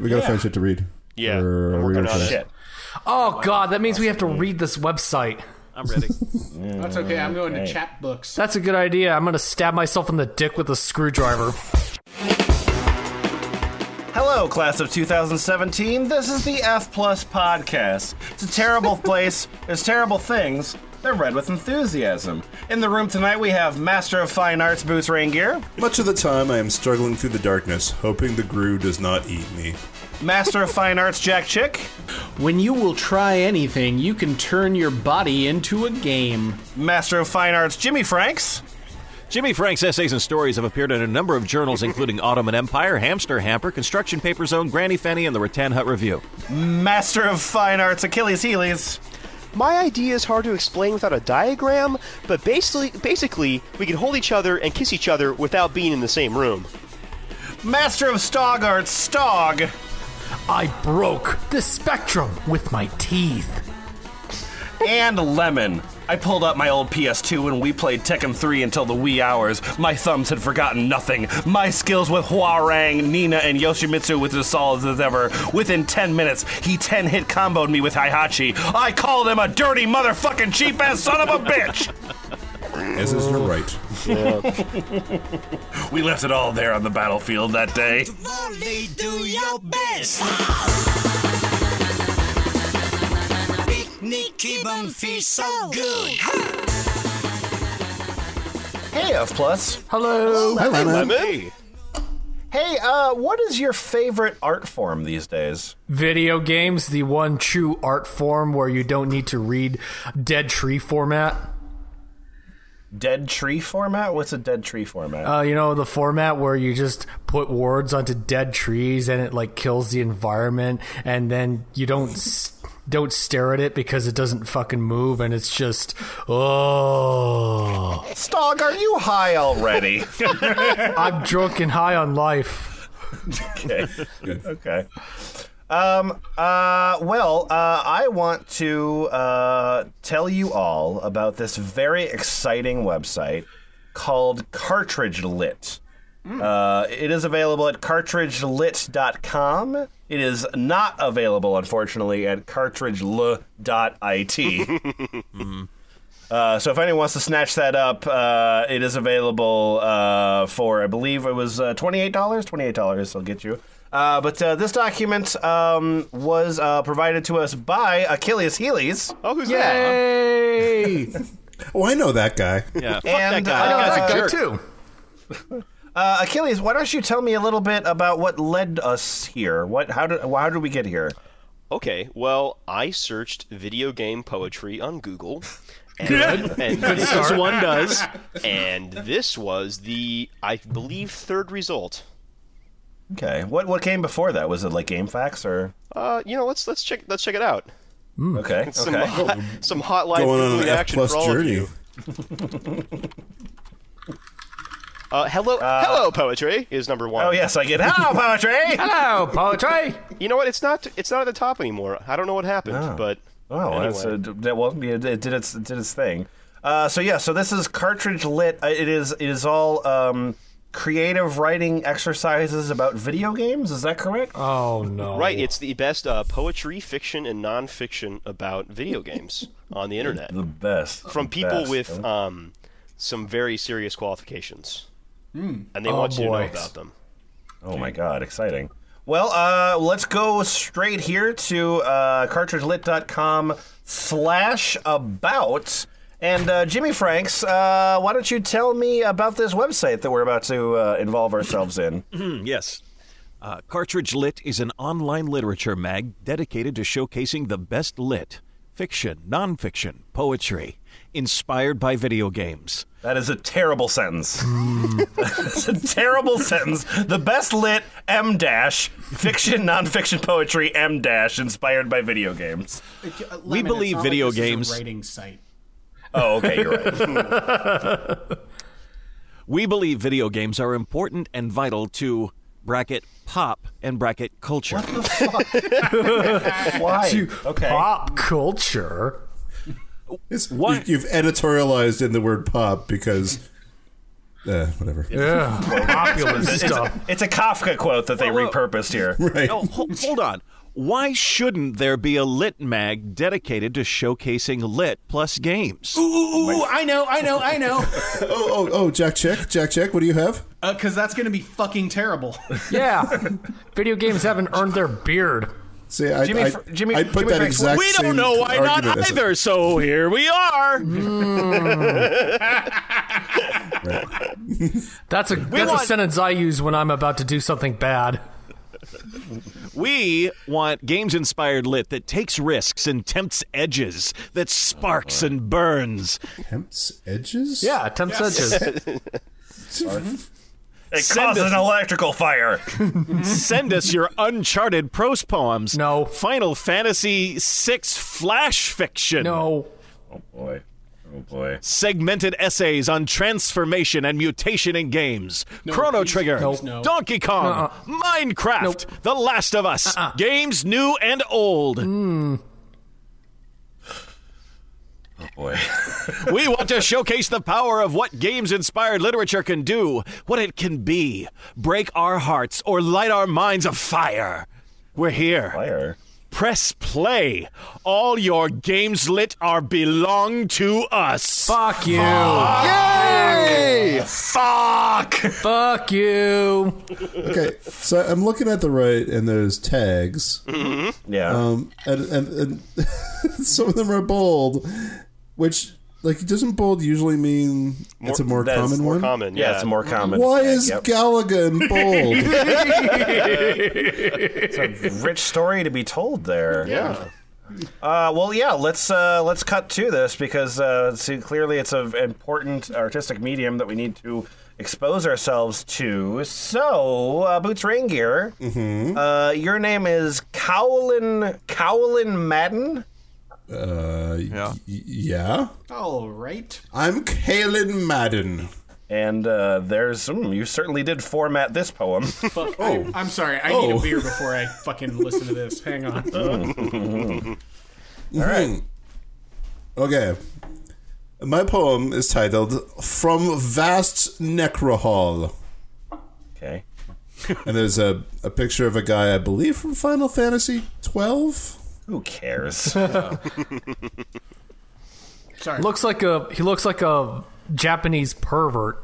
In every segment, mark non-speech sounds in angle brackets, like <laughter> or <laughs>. we gotta find shit to read. Yeah, I'm Or are we working gonna on finish? it. Shit. Oh god, that means we have to read this website. I'm ready. That's okay. I'm going to chap books. That's a good idea. I'm gonna stab myself in the dick with a screwdriver. Hello, class of 2017. This is the F Plus podcast. It's a terrible place. There's terrible things. They're read with enthusiasm. In the room tonight, we have Master of Fine Arts Boots Rangier, Much of the time, I am struggling through the darkness, hoping the grew does not eat me. Master of Fine Arts Jack Chick, When you will try anything, you can turn your body into a game. Master of Fine Arts Jimmy Franks, Jimmy Frank's essays and stories have appeared in a number of journals, including Ottoman Empire, Hamster Hamper, Construction Paper Zone, Granny Fanny, and the Rattan Hut Review. Master of Fine Arts Achilles Healy's, My idea is hard to explain without a diagram, but basically, basically, we can hold each other and kiss each other without being in the same room. Master of Stog Arts Stog, I broke the spectrum with my teeth. and Lemon. I pulled up my old PS2 and we played Tekken 3 until the wee hours. My thumbs had forgotten nothing. My skills with Huarang, Nina, and Yoshimitsu was as solid as ever. Within 10 minutes, he 10 hit comboed me with Hihachi. I called him a dirty motherfucking cheap ass son of a bitch! As is her right. <laughs> We left it all there on the battlefield that day. Only do your best. Picnic even feels so good. Hey, F Plus. Hello. Hi, Lemon. Hey! Hey, uh, what is your favorite art form these days? Video games, the one true art form where you don't need to read dead tree format. Dead tree format? What's a dead tree format? Uh, you know, the format where you just put words onto dead trees and it like kills the environment and then you don't s- don't stare at it because it doesn't fucking move and it's just oh. Stog, are you high already? <laughs> I'm drunk and high on life. okay. Okay. Um, uh, well, uh, I want to uh, tell you all about this very exciting website called Cartridge Lit. Uh, it is available at cartridgelit.com. It is not available, unfortunately, at <laughs> cartridgel.it. Uh, so if anyone wants to snatch that up, uh, it is available uh, for I believe it was uh, twenty eight dollars. Twenty eight dollars, I'll get you. Uh, but uh, this document um, was uh, provided to us by Achilles Healy's. Oh, who's Hey, Oh, I know that guy. Yeah, fuck And, that guy. uh, That guy's that a guy jerk. too. Uh, Achilles, why don't you tell me a little bit about what led us here? What? How did? How did we get here? Okay, well, I searched video game poetry on Google. <laughs> And, and this, As one does. and this was the, I believe, third result. Okay. What? What came before that? Was it like GameFAQs or? Uh, you know, let's let's check let's check it out. Hmm. Okay. Some Okay. hot, some hot live Going on an Google F action plus for all of journey. you. Uh, hello, hello, poetry is number one. Oh yes, I get. Hello, <laughs> poetry. Hello, poetry. You know what? It's not it's not at the top anymore. I don't know what happened, but Oh, that's a, that well, yeah, it did its it did its thing. Uh, so yeah, so this is cartridge lit. Uh, It is it is all um, creative writing exercises about video games. Is that correct? Uh, Oh no. right, it's the best uh, poetry, fiction, and nonfiction about video games on the internet. the best from The people best. with um, some very serious qualifications, Hmm. and they Oh, want you to know boys. about them. oh my god, exciting. Well, uh, let's go straight here to uh, cartridgelit.com slash about. And uh, Jimmy Franks, uh, why don't you tell me about this website that we're about to uh, involve ourselves in? Yes. Uh, Cartridge Lit is an online literature mag dedicated to showcasing the best lit fiction, nonfiction, poetry, inspired by video games. That is a terrible sentence. <laughs> That's a terrible sentence. The best lit M dash fiction, nonfiction, poetry M dash inspired by video games. uh, We believe video games. rating site. Oh, okay, you're right. We believe video games are important and vital to bracket pop and bracket <laughs> culture. Why? to okay. pop culture. It's, What? You, have editorialized in the word pop because Uh, whatever. Yeah, populist It's, stuff. it's a Kafka quote that they Whoa, whoa. repurposed <laughs> here. Right. <laughs> No, ho- hold on. Why shouldn't there be a lit mag dedicated to showcasing lit plus games? Ooh, ooh, ooh, I know, I know, I <laughs> know. Oh, oh, oh, Jack Check. Jack Check, what do you have? Because Uh, that's going to be fucking terrible. Yeah, video games haven't earned their beard. See, I, Jimmy I, Fr- Jimmy- I put Jimmy that Fr- exact we don't same know why not argument as a- either, so here we are. Mm-hmm. Right. That's a that's want- a sentence I use when I'm about to do something bad. We want games inspired lit that takes risks and tempts edges, that sparks Oh, and burns. Temps edges? Yeah, temp edges. It Send causes us- an electrical fire. Send <laughs> us your Uncharted prose poems. No. Final Fantasy VI flash <laughs> fiction. No, Boy. Oh boy. Segmented essays on transformation and mutation in games. Chrono please, Trigger. please, no. Donkey Kong. Minecraft. The Last of Us. Games new and old. Oh, Boy. <laughs> We want to showcase the power of what games inspired literature can do, what it can be, break our hearts, or light our minds afire. We're here. Fire. Press play. All your games lit are belong to us. fuck you. Fuck. Fuck you. Okay, so I'm looking at the right, and there's tags. Mm-hmm. Yeah. Um, and, and, <laughs> and some of them are bold, which like doesn't bold usually mean it's a more That is common more one. Common, yeah, yeah. it's a more common. Why tag, is yep. Galaga <laughs> in bold? rich story to be told there? Yeah. Uh, well, yeah. Let's uh, let's cut to this because uh, see, clearly it's an important artistic medium that we need to expose ourselves to. So, uh, Boots Rain Gear, uh, your name is Cowlin Cowlin Madden. uh, yeah. yeah, All right. I'm Kalen Madden. And uh, there's, mm, you certainly did format this poem. Fuck. I, I'm sorry. I need Oh. a beer before I fucking listen to this. Hang on. All right. Mm-hmm. Okay. My poem is titled "From Vast Necrohall," okay. and there's a, a picture of a guy I believe from Final Fantasy twelve. Who cares? Sorry. Looks like a he looks like a Japanese pervert.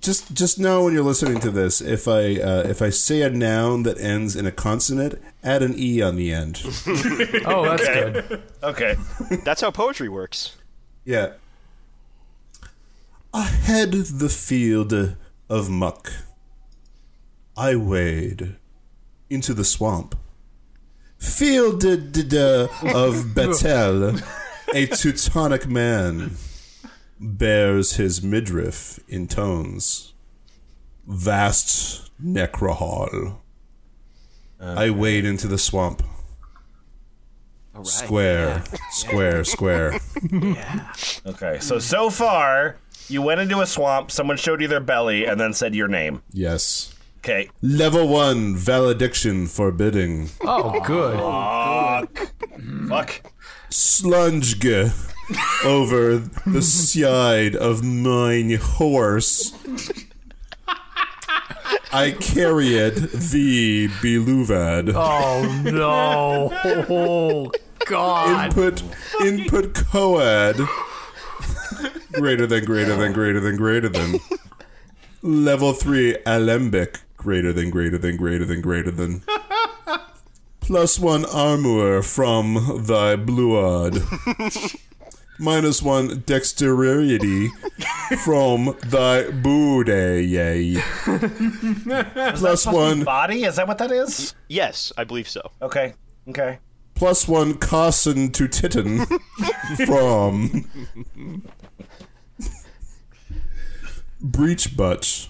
just just know when you're listening to this if i uh, if i say a noun that ends in a consonant add an e on the end Oh, that's good. okay. That's how poetry works. yeah ahead the field of muck i wade into the swamp field d- d- d- of betel a teutonic man bears his midriff in tones vast necrohall I wade into the swamp. Square, square, square. Okay. So, so far, you went into a swamp, someone showed you their belly, and then said your name. yes. Okay. Level one valediction forbidding. Oh, good. Fuck. Slunge over the side of mine horse. I carried the beluvad. Oh no. <laughs> Oh God. input input coed greater than greater than greater than greater than level 3 alembic greater than greater than greater than greater than plus 1 armor from thy bluad minus 1 dexterity from thy booday plus 1 Body? Is that what that is? Yes, I believe so. Okay. Okay. plus 1 carson to <laughs> titan from breech butt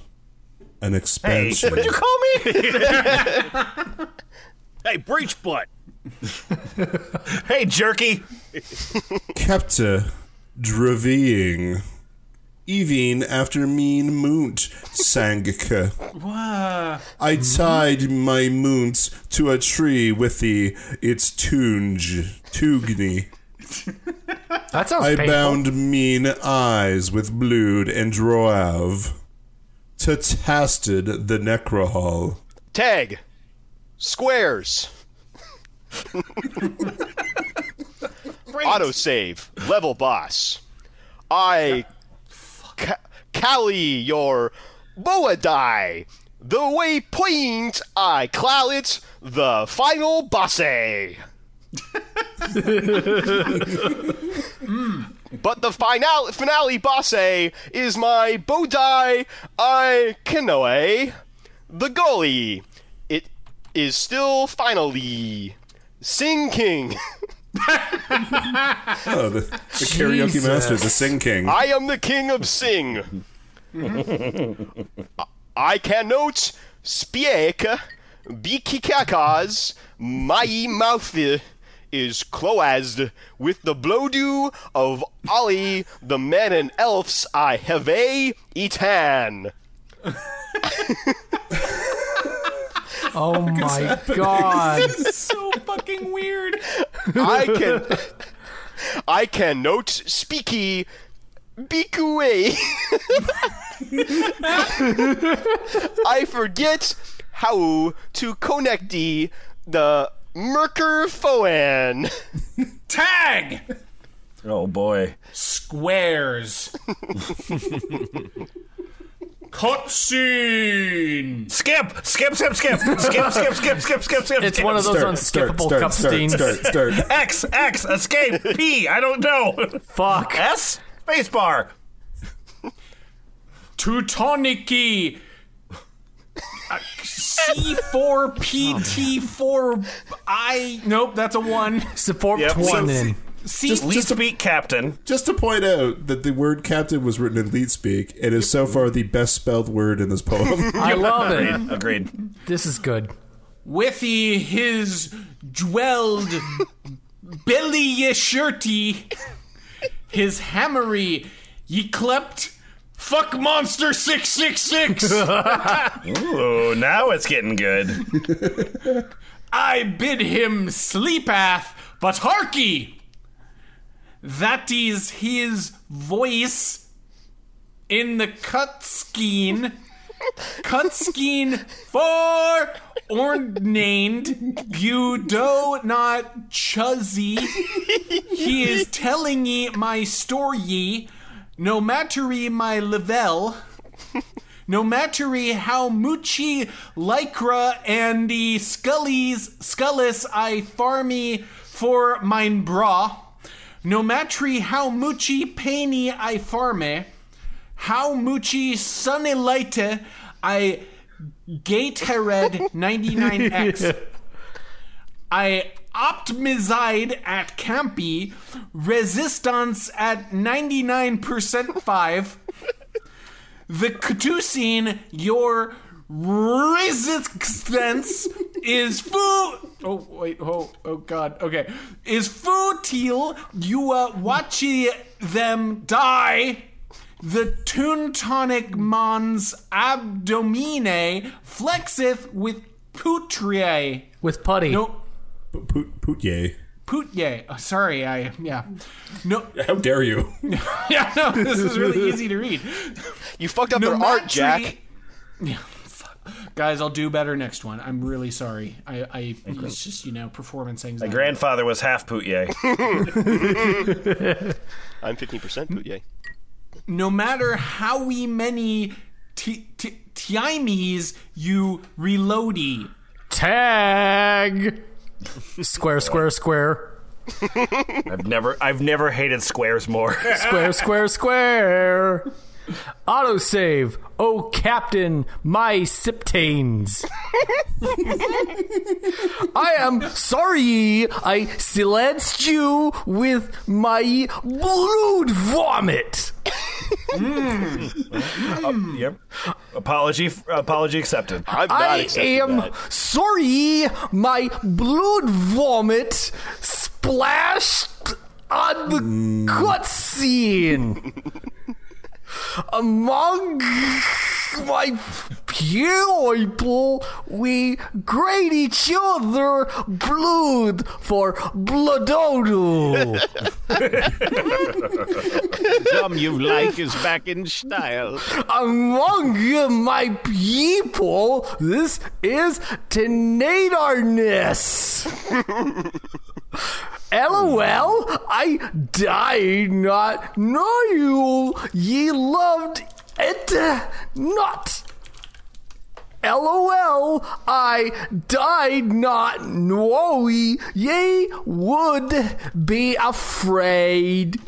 an Hey, expansion what did you call me? Hey, breach butt. hey, jerky. Kepta Dravying Evine after mean moont Sangka. I tied my moont to a tree with the its tunge tugni. That sounds I painful. bound mean eyes with blood and droav. To tasted the necrohall. Tag. Squares. Autosave. Level boss. I ca- Cali your boa die. The way point I clow it. The final bossy. But the final finale bosse is my Bodai I Kanoe, the goalie. It is still finally Sing King. <laughs> Oh, the, the <laughs> karaoke master, the sing king. I am the king of Sing. <laughs> I cannot speak bikikakas. My mouth is cloased with the blowdew of Ollie, the man and elves I have a eaten. Oh my <laughs> god! so fucking weird. <laughs> I can I can note speaky <laughs> bikue. I forget how to connect the the Merker Foan. Tag Oh boy. squares. Cutscene. Skip! Skip, skip, <laughs> skip! Skip, skip, skip, skip, skip, skip. It's one of those unskippable start, cutscenes. start, start, start. X, X, escape, P, I don't know. Fuck. S, spacebar. Teutoniki. C4PT4I. Nope, that's a one. Support Yep. So- one in. C. Least beat captain. Just to point out that the word captain was written in leet speak and is so far the best spelled word in <laughs> this poem. I love it. Agreed. This is good. with he his dwelled belly ye shirty, his hammery ye clept, fuck monster 666, Ooh, Oh, now it's getting good. I bid him sleepath, but harkee, that is his voice in the cut skein, cut skein for ordained, you do not chuzzy. He is telling ye my story, ye, no matter ye my level, no matter ye how muchy lycra and the scullies scullis I farmy for mine bra, no matter ye how muchy painy I farme, how muchy sunny lighte I gatered 99x. I optimized at Campy, resistance at 99% 5. the Katusin, your resistance is foo. Oh, wait, oh, oh, God, okay. Is foo teal, you are watching them die. The Teuntonic Mons abdomine flexeth with putrie. With putty. No, Poot, poot yay. Putye. Oh, sorry, I yeah. No, <laughs> How dare you? yeah, no. This is really easy to read. You fucked up No, their art, Jack. <laughs> Yeah, fuck. Guys, I'll do better next one. I'm really sorry. I, I it's just you know performance My anxiety. grandfather was half Poutier. I'm 15% boot, yay. no matter how we many t- t- timies you reloady. Tag. Square, square, square. I've never I've never hated squares more. Square, square, square. Autosave. Oh, Captain, my siptains. I am sorry I silenced you with my blood vomit. <laughs> yep. Apology apology accepted. I'm not I accepting am that. sorry my blood vomit splashed on the <laughs> cutscene. Among my you people, we grade each other blood for <laughs> bloododo. Some you like is back in style. Among you, my people, this is Tenadarness. LOL, I die not know you. Ye loved it uh, not. LOL, I died not know ye. Ye would be afraid.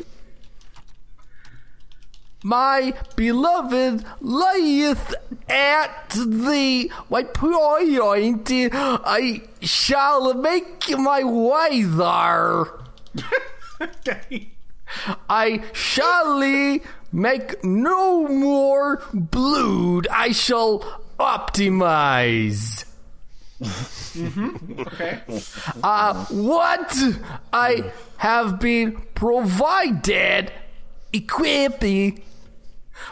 My beloved lieth at the my point. I shall make my way there. I shall make no more blood. I shall optimize. Okay. Uh, what I have been provided, equipped.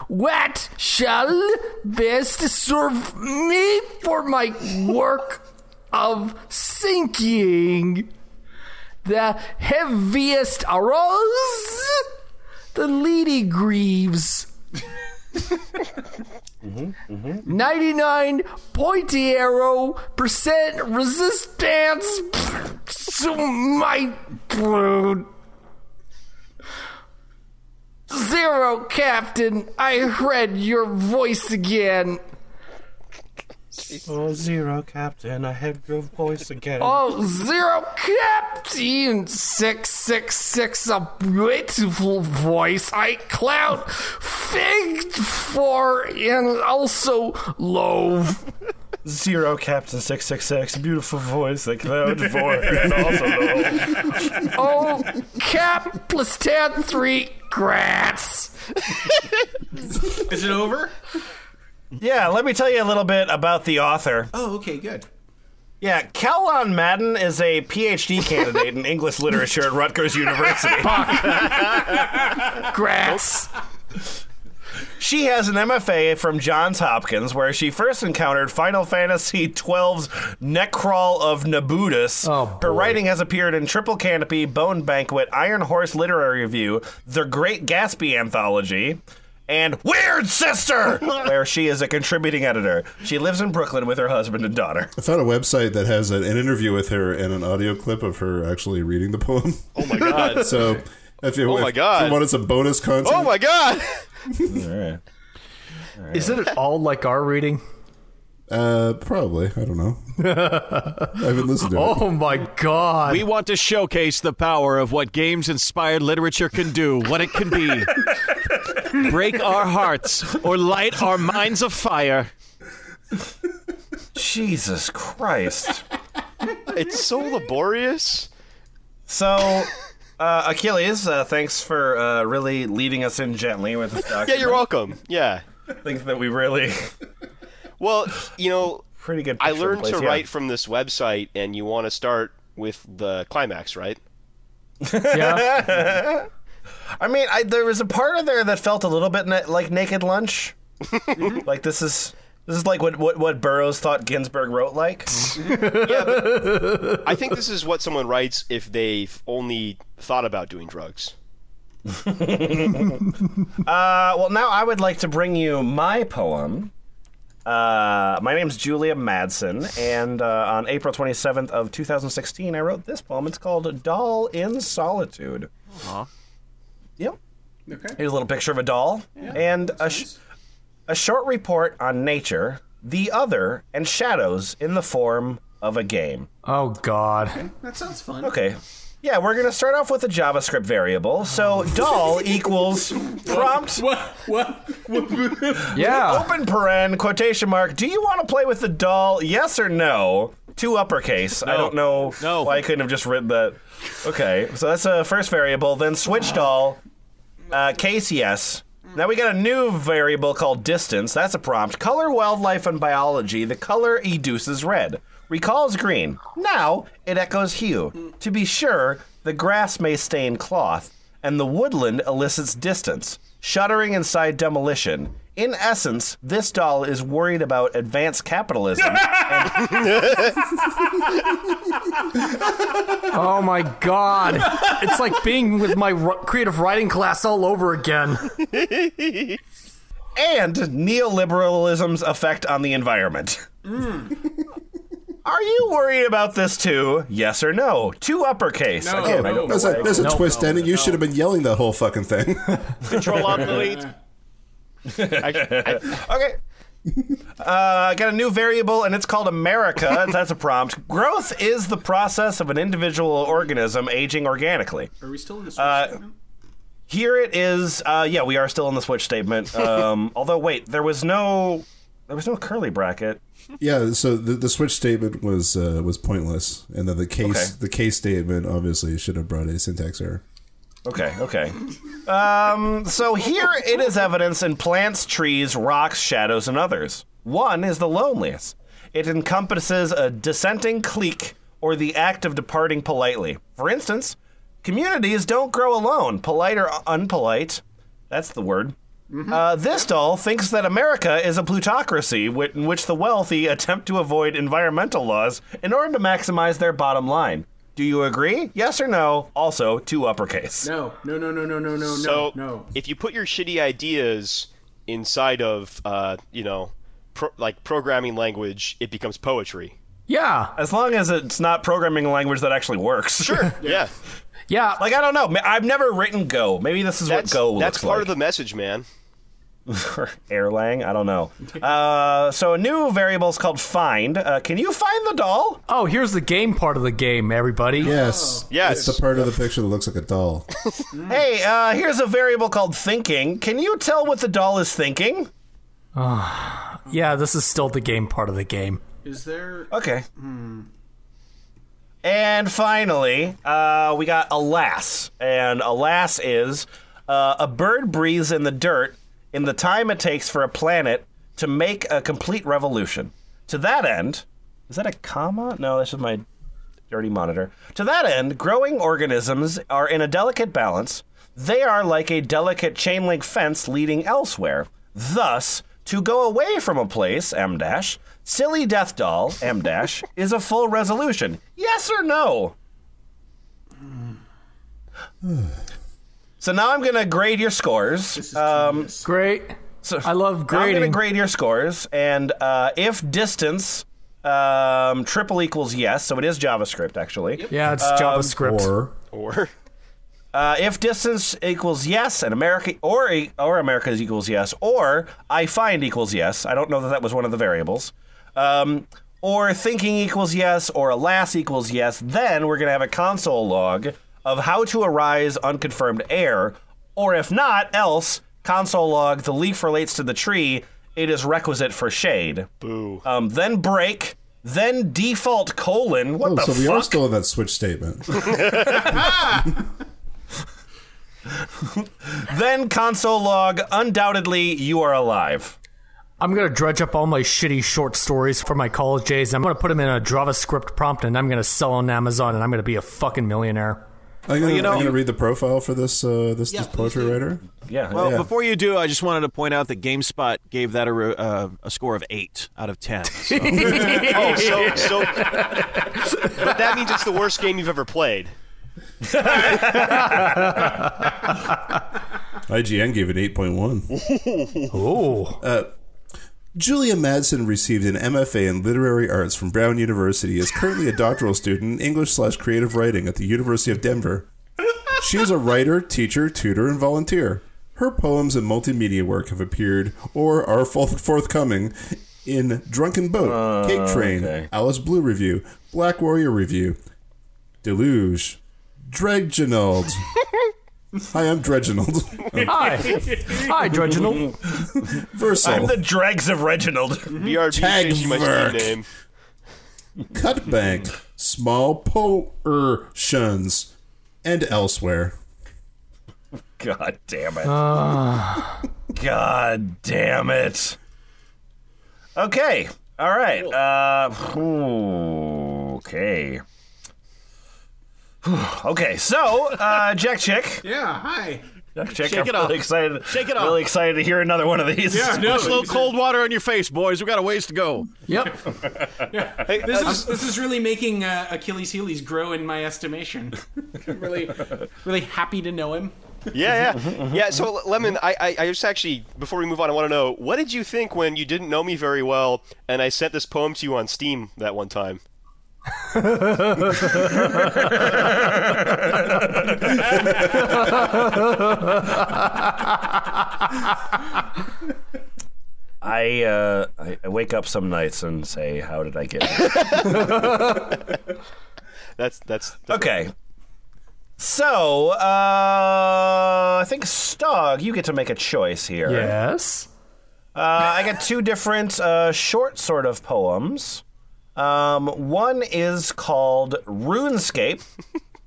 What shall best serve me for my work of sinking? The heaviest arose, the lady grieves. 99 pointy arrow percent resistance to my brood. Zero, Captain. I heard your voice again. Oh, zero, Captain. I have your voice again. Oh, zero, Captain. Six, six, six. A beautiful voice. I clout figged for and also loathe. Zero, Captain. Six, six, six. Beautiful voice. Like loud voice. and also low. Oh, cap plus 10, 3, grats. Is it over? Yeah, let me tell you a little bit about the author. Oh, okay, good. <laughs> Yeah, Calon Madden is a PhD candidate in English literature at Rutgers University. Grats. She has an MFA from Johns Hopkins, where she first encountered Final Fantasy XII's Necrawl of Nabudus. Oh, Her boy. writing has appeared in Triple Canopy, Bone Banquet, Iron Horse Literary Review, The Great Gatsby Anthology, and Weird Sister, where she is a contributing editor. She lives in Brooklyn with her husband and daughter. I found a website that has an, an interview with her and an audio clip of her actually reading the poem. Oh my god. <laughs> So, if you, Oh my God. if you wanted some bonus content, oh my god. Isn't it all like our reading? uh, probably I don't know. I haven't listened to it. Oh my god. We want to showcase the power of what games inspired literature can do, what it can be. Break our hearts or light our minds afire. Jesus Christ. It's so laborious. So, uh, Achilles, uh, thanks for uh, really leading us in gently with this document. Yeah, you're welcome. Yeah. I think that we really Well, you know, pretty good. I picture of the learned place, to yeah. write from this website, and you want to start with the climax, right? yeah. I mean, I, there was a part of there that felt a little bit na- like Naked <laughs> Lunch. Mm-hmm. like this is this is like what what what Burroughs thought Ginsberg wrote like. I think this is what someone writes if they've only thought about doing drugs. Uh, well, now I would like to bring you my poem. Uh, my name's Julia Madsen, and uh, on April 27th of 2016, I wrote this poem. It's called "Doll in Solitude." Uh-huh. Yep. Okay. Here's a little picture of a doll and a, sh- a short report on nature, the other, and shadows in the form of a game. Oh god. That sounds fun. Okay. Yeah, we're going to start off with a JavaScript variable. So <laughs> doll equals prompt What? What? Yeah. open paren quotation mark. Do you want to play with the doll? Yes or no? Two uppercase. I don't know No. why I couldn't have just written that. Okay, so that's a first variable. Then switch doll. Uh, case yes. Now we got a new variable called distance. That's a prompt. Color, wildlife, and biology. The color educes red. Recalls green. Now it echoes hue. To be sure, the grass may stain cloth, and the woodland elicits distance. shuddering inside demolition. In essence, this doll is worried about advanced capitalism. Oh my god! It's like being with my ri- creative writing class all over again. and neoliberalism's effect on the environment. Are you worried about this too? Yes or no? Two uppercase. No. Again, I don't No. know There's a, why. there's a twist in it. You should have been yelling that whole fucking thing. <laughs> Control on <laughs> delete. Okay. Uh, I got a new variable, and it's called America. That's a prompt. Growth is the process of an individual organism aging organically. Are we still in the switch statement? Here it is. Uh, yeah, we are still in the switch statement. Um, although, wait, there was no, there was no curly bracket. yeah. So the, the switch statement was uh, was pointless, and then the case Okay. the case statement obviously should have brought a syntax error. Okay, okay. Um, so here it is evidence in plants, trees, rocks, shadows, and others. One is the loneliest. It encompasses a dissenting clique or the act of departing politely. For instance, communities don't grow alone, polite or unpolite. That's the word. Uh, this doll thinks that America is a plutocracy whi- in which the wealthy attempt to avoid environmental laws in order to maximize their bottom line. Do you agree? Yes or no? Also, two uppercase. No, no, no, no, no, no, no, So no. if you put your shitty ideas inside of uh, you know, pro- like programming language, it becomes poetry. Yeah, As long as it's not programming language that actually works. Sure. Yeah, yeah. <laughs> like I don't know. Ma- I've never written Go. Maybe this is that's what Go that's looks part like. of the message, <laughs> man. <laughs> or Erlang. I don't know. Uh, so a new variable is called find. Uh, can you find the doll? Oh, here's the game part of the game, everybody. Yes. Yes. It's the part of the picture that looks like a doll. Hey, uh, here's a variable called thinking. Can you tell what the doll is thinking? Yeah, this is still the game part of the game. Is there? Okay. And finally, uh, we got alas, and alas is uh, a bird breathes in the dirt in the time it takes for a planet to make a complete revolution. To that end, is that a comma? No, that's just my dirty monitor. To that end, growing organisms are in a delicate balance. They are like a delicate chain link fence leading elsewhere. Thus, to go away from a place, M dash, silly death doll, M dash, <laughs> is a full resolution. Yes or no? Hmm. so now I'm going to grade your This scores. is Um, genius. Great. I love now I'm going to grading. grade your scores, and uh, if distance um, triple equals yes, so it is JavaScript actually. yeah, it's Um, JavaScript. or Or Uh, if distance equals yes, and America or e, or America equals yes, or I find equals yes. I don't know that that was one of the variables. Um, or thinking equals yes, or alas equals yes. Then we're gonna have a console log of how to arise unconfirmed error, or if not, else console log the leaf relates to the tree. It is requisite for shade. Boo. Um, then break. Then default colon. What oh, the so fuck? we are still in that switch statement. Then console log. Undoubtedly, you are alive. I'm gonna dredge up all my shitty short stories from my college days. And I'm gonna put them in a JavaScript prompt, and I'm gonna sell on Amazon, and I'm gonna be a fucking millionaire. I'm gonna, you know- I'm gonna read the profile for this uh, this, this please poetry do. writer. Yeah. Well, before you do, I just wanted to point out that GameSpot gave that a, re- uh, a score of eight out of <laughs> ten. So oh, so so. but that means it's the worst game you've ever played. IGN gave it 8.1. Oh, Uh, Julia Madsen received an MFA in Literary Arts from Brown University. Is currently a doctoral student in English slash creative writing at the University of Denver. She is a writer, teacher, tutor, and volunteer. Her poems and multimedia work have appeared or are forth- forthcoming in Drunken Boat, Cake Train, Alice Blue Review, Black Warrior Review, Deluge, Dreginald. Hi, I'm Dreginald. hi, hi, <laughs> Dredginal. Versal. I'm <laughs> the dregs of Reginald. <laughs> BRB Tag changed my Verk. Steam name. cut bank, small portions, and elsewhere. God <sighs> damn it. God damn it. Okay. All right. Uh, ooh, okay. <sighs> Okay. So, uh, Jack Chick, <laughs> Yeah. Hi. Jake, Shake I'm it really off. excited. Shake it off. Really excited to hear another one of these. Yeah, no, Put a little cold water on your face, boys. We got a ways to go. Yep. Yeah. This Uh, is this is really making uh, Achilles Heelys grow in my estimation. <laughs> I'm really, really happy to know him. Yeah, yeah, yeah. So, Lemon, I, I, I just actually, before we move on, I want to know what did you think when you didn't know me very well, and I sent this poem to you on Steam that one time. <laughs> I, uh, I I wake up some nights and say, "How did I get?" here?" That's that's okay. So, uh, I think Stog, you get to make a choice here. Yes. Uh, I got two different uh, short sort of poems. Um, one is called RuneScape.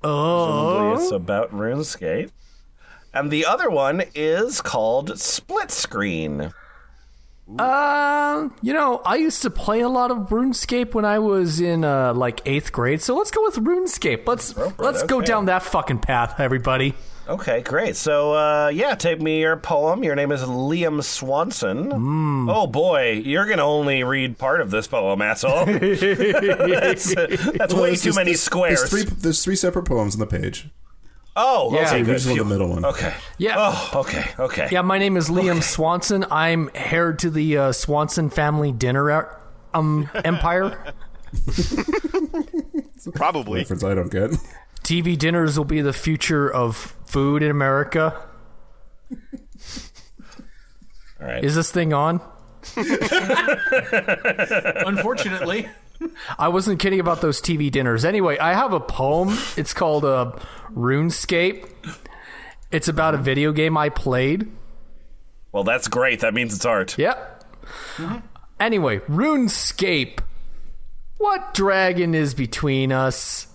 Presumably it's about RuneScape. And the other one is called Split Screen. Um, you know, I used to play a lot of RuneScape when I was in uh, like eighth grade. So let's go with RuneScape. Let's let's go okay. down that fucking path, everybody. Okay, great. So, uh, yeah, take me your poem. Your name is Liam Swanson. Mm. Oh boy, you're gonna only read part of this poem, <laughs> asshole. that's that's way There's- too many there's- squares. There's three, there's three separate poems on the page. Oh, Yeah. okay, Hey, The good. original, the middle one. Okay. Yeah. Oh, okay, okay. Yeah, my name is Liam Swanson. I'm heir to the uh, Swanson family dinner ar- <laughs> um, empire. probably. Reference I don't get. <laughs> TV dinners will be the future of food in America. All right. Is this thing on? Unfortunately, I wasn't kidding about those TV dinners. Anyway, I have a poem. It's called uh, RuneScape. It's about a video game I played. well, that's great. That means it's art. Yep. Anyway, RuneScape. What dragon is between us?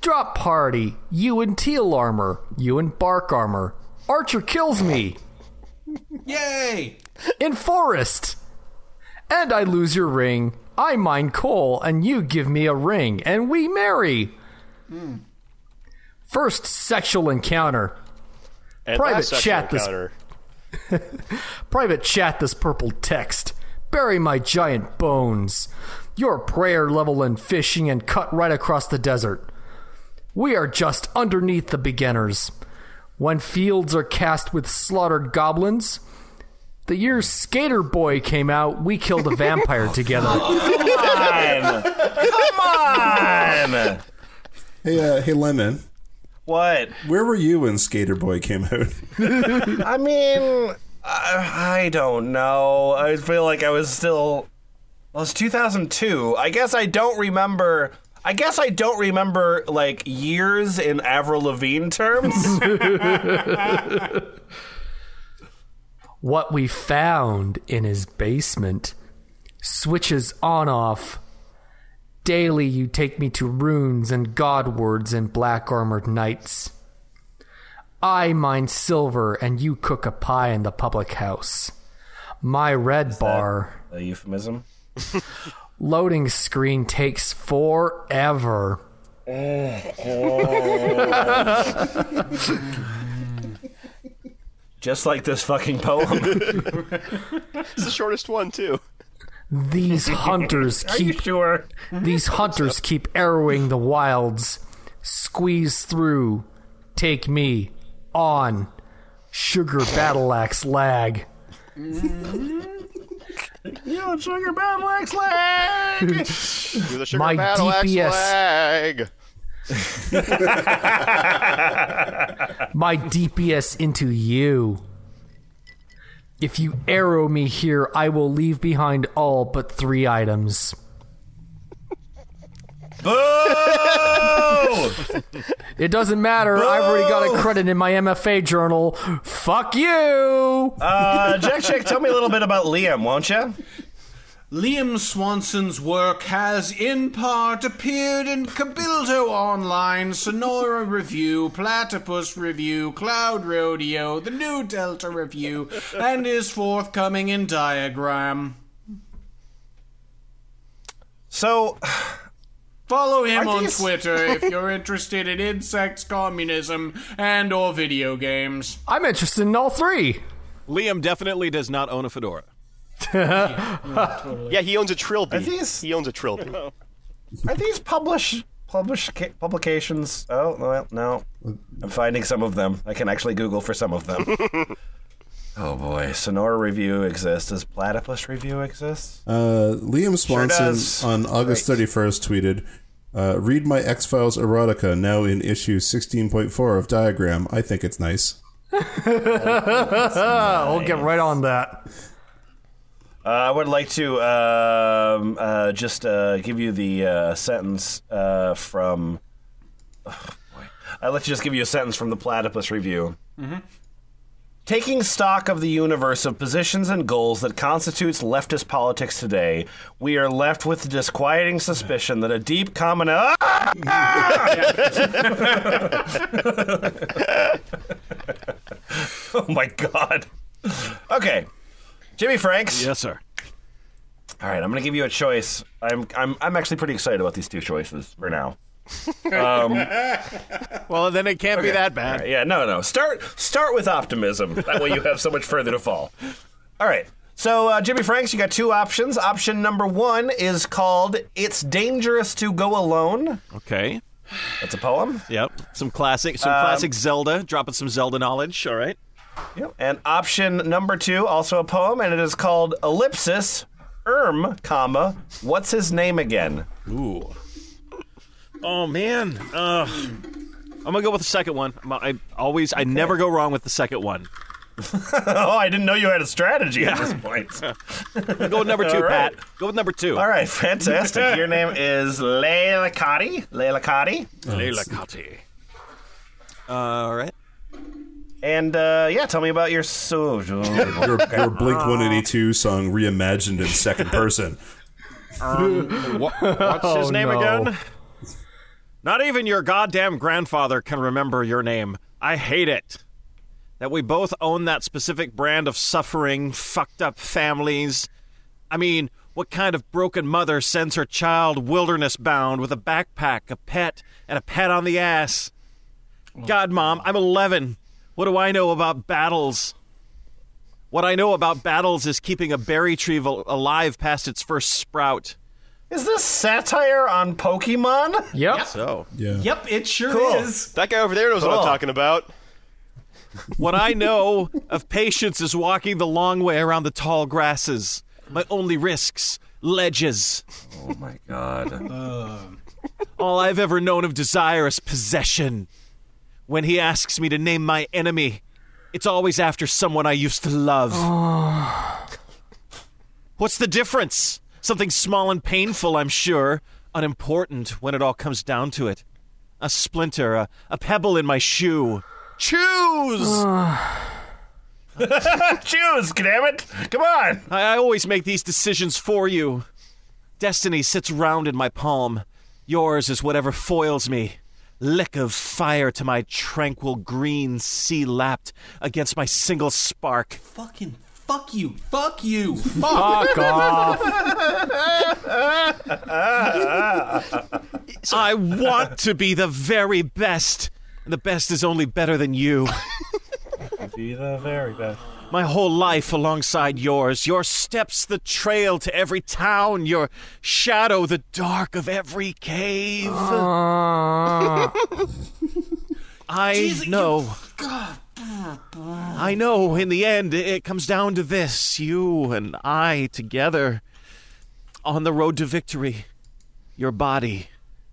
Drop party. You in teal armor. You in bark armor. Archer kills me. yay! In forest. And I lose your ring. I mine coal, and you give me a ring, and we marry. First sexual encounter. And Private last sexual chat this- encounter. Private chat this purple text. Bury my giant bones. Your prayer level in fishing and cut right across the desert. We are just underneath the beginners. When fields are cast with slaughtered goblins, the year Skater Boy came out, we killed a vampire together. Come on! Come on! <laughs> Hey, uh, hey, Lemon. What? Where were you when Skater Boy came out? <laughs> I mean, I, I don't know. I feel like I was still. Well, it's 2002. I guess I don't remember. I guess I don't remember like years in Avril Lavigne terms. what we found in his basement switches on off. Daily you take me to runes and god words and black armored knights. I mine silver and you cook a pie in the public house. My red bar a euphemism. loading screen takes forever. Just like this fucking poem. It's the shortest one too. <laughs> These hunters keep sure. These hunters keep arrowing the wilds. Squeeze through. Take me. On. Sugar battle axe lag. Sugar Battle Axe Leg! You're the sugar My battle axe DPS. flag. My DPS into you. If you arrow me here, I will leave behind all but three items. Boo! It doesn't matter. I've already got a credit in my MFA journal. Fuck you. <laughs> Uh, Jack Chick, tell me a little bit about Liam, won't you? Liam Swanson's work has, in part, appeared in Cabildo Online, Sonora Review, Platypus Review, Cloud Rodeo, The New Delta Review, and is forthcoming in Diagram. So, Follow him Are on these- Twitter if <laughs> you're interested in insects, communism, and or video games. I'm interested in all three. Liam definitely does not own a fedora. Yeah, he owns a trilby. Are these- He owns a trilby. Are these published publish publications? Oh well, no. I'm finding some of them. I can actually Google for some of them. oh boy, Sonora Review exists. Does Platypus Review exist? Uh, Liam Swanson does. on August 31st tweeted, uh, "Read my X Files erotica now in issue 16.4 of Diagram. I think it's nice." We'll get right on that. Uh, I would like to um, uh, just uh, give you the uh, sentence uh, from. Oh, boy. I'd like to just give you a sentence from the Platypus Review. Taking stock of the universe of positions and goals that constitutes leftist politics today, we are left with the disquieting suspicion that a deep common. Ah! <laughs> oh my god. Okay. Jimmy Franks. Yes, sir. All right, I'm going to give you a choice. I'm, I'm, I'm actually pretty excited about these two choices for now. Um, <laughs> Well, then it can't be that bad. All right, yeah, no, no. Start start with optimism. That way you have so much further to fall. All right. So, uh, Jimmy Franks, you got two options. Option number one is called "It's Dangerous to Go Alone." Okay. That's a poem. Yep. Some classic, some classic Zelda. Dropping some Zelda knowledge. All right. Yep. And option number two, also a poem, and it is called "Ellipsis." Erm, comma. What's his name again? <laughs> Ooh. Oh man. Ugh. I'm gonna go with the second one. I'm- I always, I never go wrong with the second one. oh, I didn't know you had a strategy at this point. Go with number <laughs> two, All right. Pat. Go with number two. All right, <laughs> fantastic. <laughs> Your name is Leila Cotti. Leila Cotti. Leila Kati. All right. And uh, yeah, tell me about your <laughs> so. Your, your Blink 182 song reimagined in second person. What's his Oh, name no. again? Not even your goddamn grandfather can remember your name. I hate it. That we both own that specific brand of suffering, fucked up families. I mean, what kind of broken mother sends her child wilderness bound with a backpack, a pet, and a pat on the ass? God, Mom, I'm 11. What do I know about battles? What I know about battles is keeping a berry tree val- alive past its first sprout. Is this satire on Pokemon? Yep. So, Yeah. Yep, it sure is. That guy over there knows what Cool. I'm talking about. What I know of patience is walking the long way around the tall grasses. My only risks, ledges. Um, Oh my god. All I've ever known of desire is possession. When he asks me to name my enemy, it's always after someone I used <sighs> to love. What's the difference? Something small and painful, I'm sure. Unimportant when it all comes down to it. A splinter, a, a pebble in my shoe. Choose! <laughs> Choose, damn it! Come on. I, I always make these decisions for you. Destiny sits round in my palm. Yours is whatever foils me. Lick of fire to my tranquil green sea lapped against my single spark. Fucking fuck you. <laughs> Fuck <laughs> you. Fuck off. I want to be the very best. and The best is only better than you. Be the very best. My whole life alongside yours. Your steps the trail to every town. Your shadow the dark of every cave. I know. I know in the end it comes down to this you and I together on the road to victory. Your body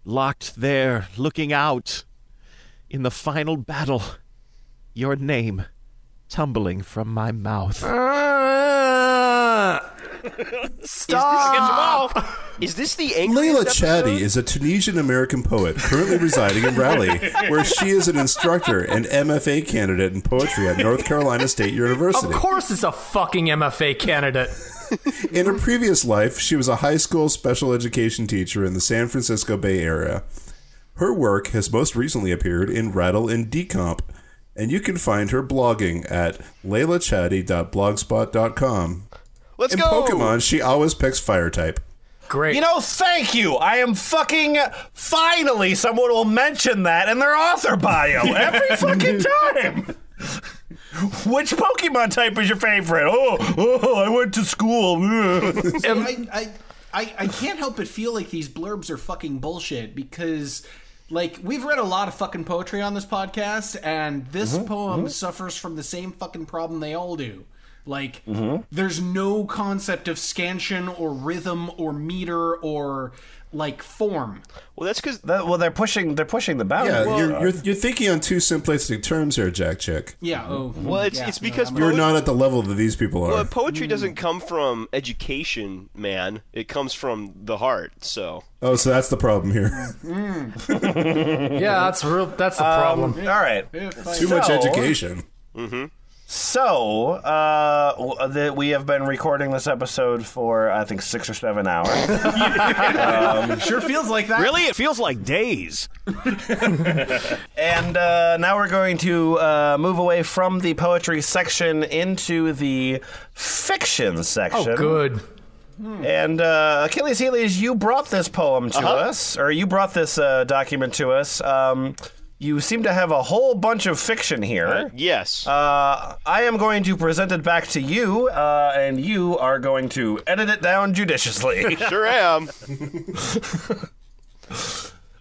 locked there, looking out in the final battle. Your name tumbling from my mouth. Uh, Is this the angry? Layla Chadi is a Tunisian American poet currently residing in Raleigh, where she is an instructor and MFA candidate in poetry at North Carolina State Of University. course, it's a fucking MFA candidate. In her previous life, she was a high school special education teacher in the San Francisco Bay Area. Her work has most recently appeared in Rattle and Decomp, and you can find her blogging at leylachaddy.blogspot.com. Let's In go. Pokemon, she always picks fire type. great. You know, thank you. I am fucking finally someone will mention that in their <laughs> author bio every fucking time. Which Pokemon type is your favorite? Oh, oh, I went to school. <laughs> See, I, I, I, I can't help but feel like these blurbs are fucking bullshit because, like, we've read a lot of fucking poetry on this podcast, and this Mm-hmm. poem suffers from the same fucking problem they all do. Like, Mm-hmm. there's no concept of scansion or rhythm or meter or like form. Well, that's because That- well, they're pushing. They're pushing the boundary. Yeah, you're, you're, you're thinking on two simplistic terms here, Jack Chick. Yeah. Oh. well, it's yeah, it's no, because I'm You're poet- not at the level that these people are. well, poetry doesn't come from education, man. It comes from the heart. So Oh, so that's the problem here. yeah, that's Um, real. That's the problem. All right. If I- Too much So- education. So, uh, w- the, we have been recording this episode for I think six or seven hours. <laughs> sure feels like that. Really? It feels like days. And uh, now we're going to uh, move away from the poetry section into the fiction section. Oh, good. And uh, Achilles Healy's, you brought this poem to Uh-huh. us, or you brought this uh, document to us. Um, you seem to have a whole bunch of fiction here. yes, Uh, I am going to present it back to you, uh, and you are going to edit it down <laughs> judiciously. <laughs> sure am.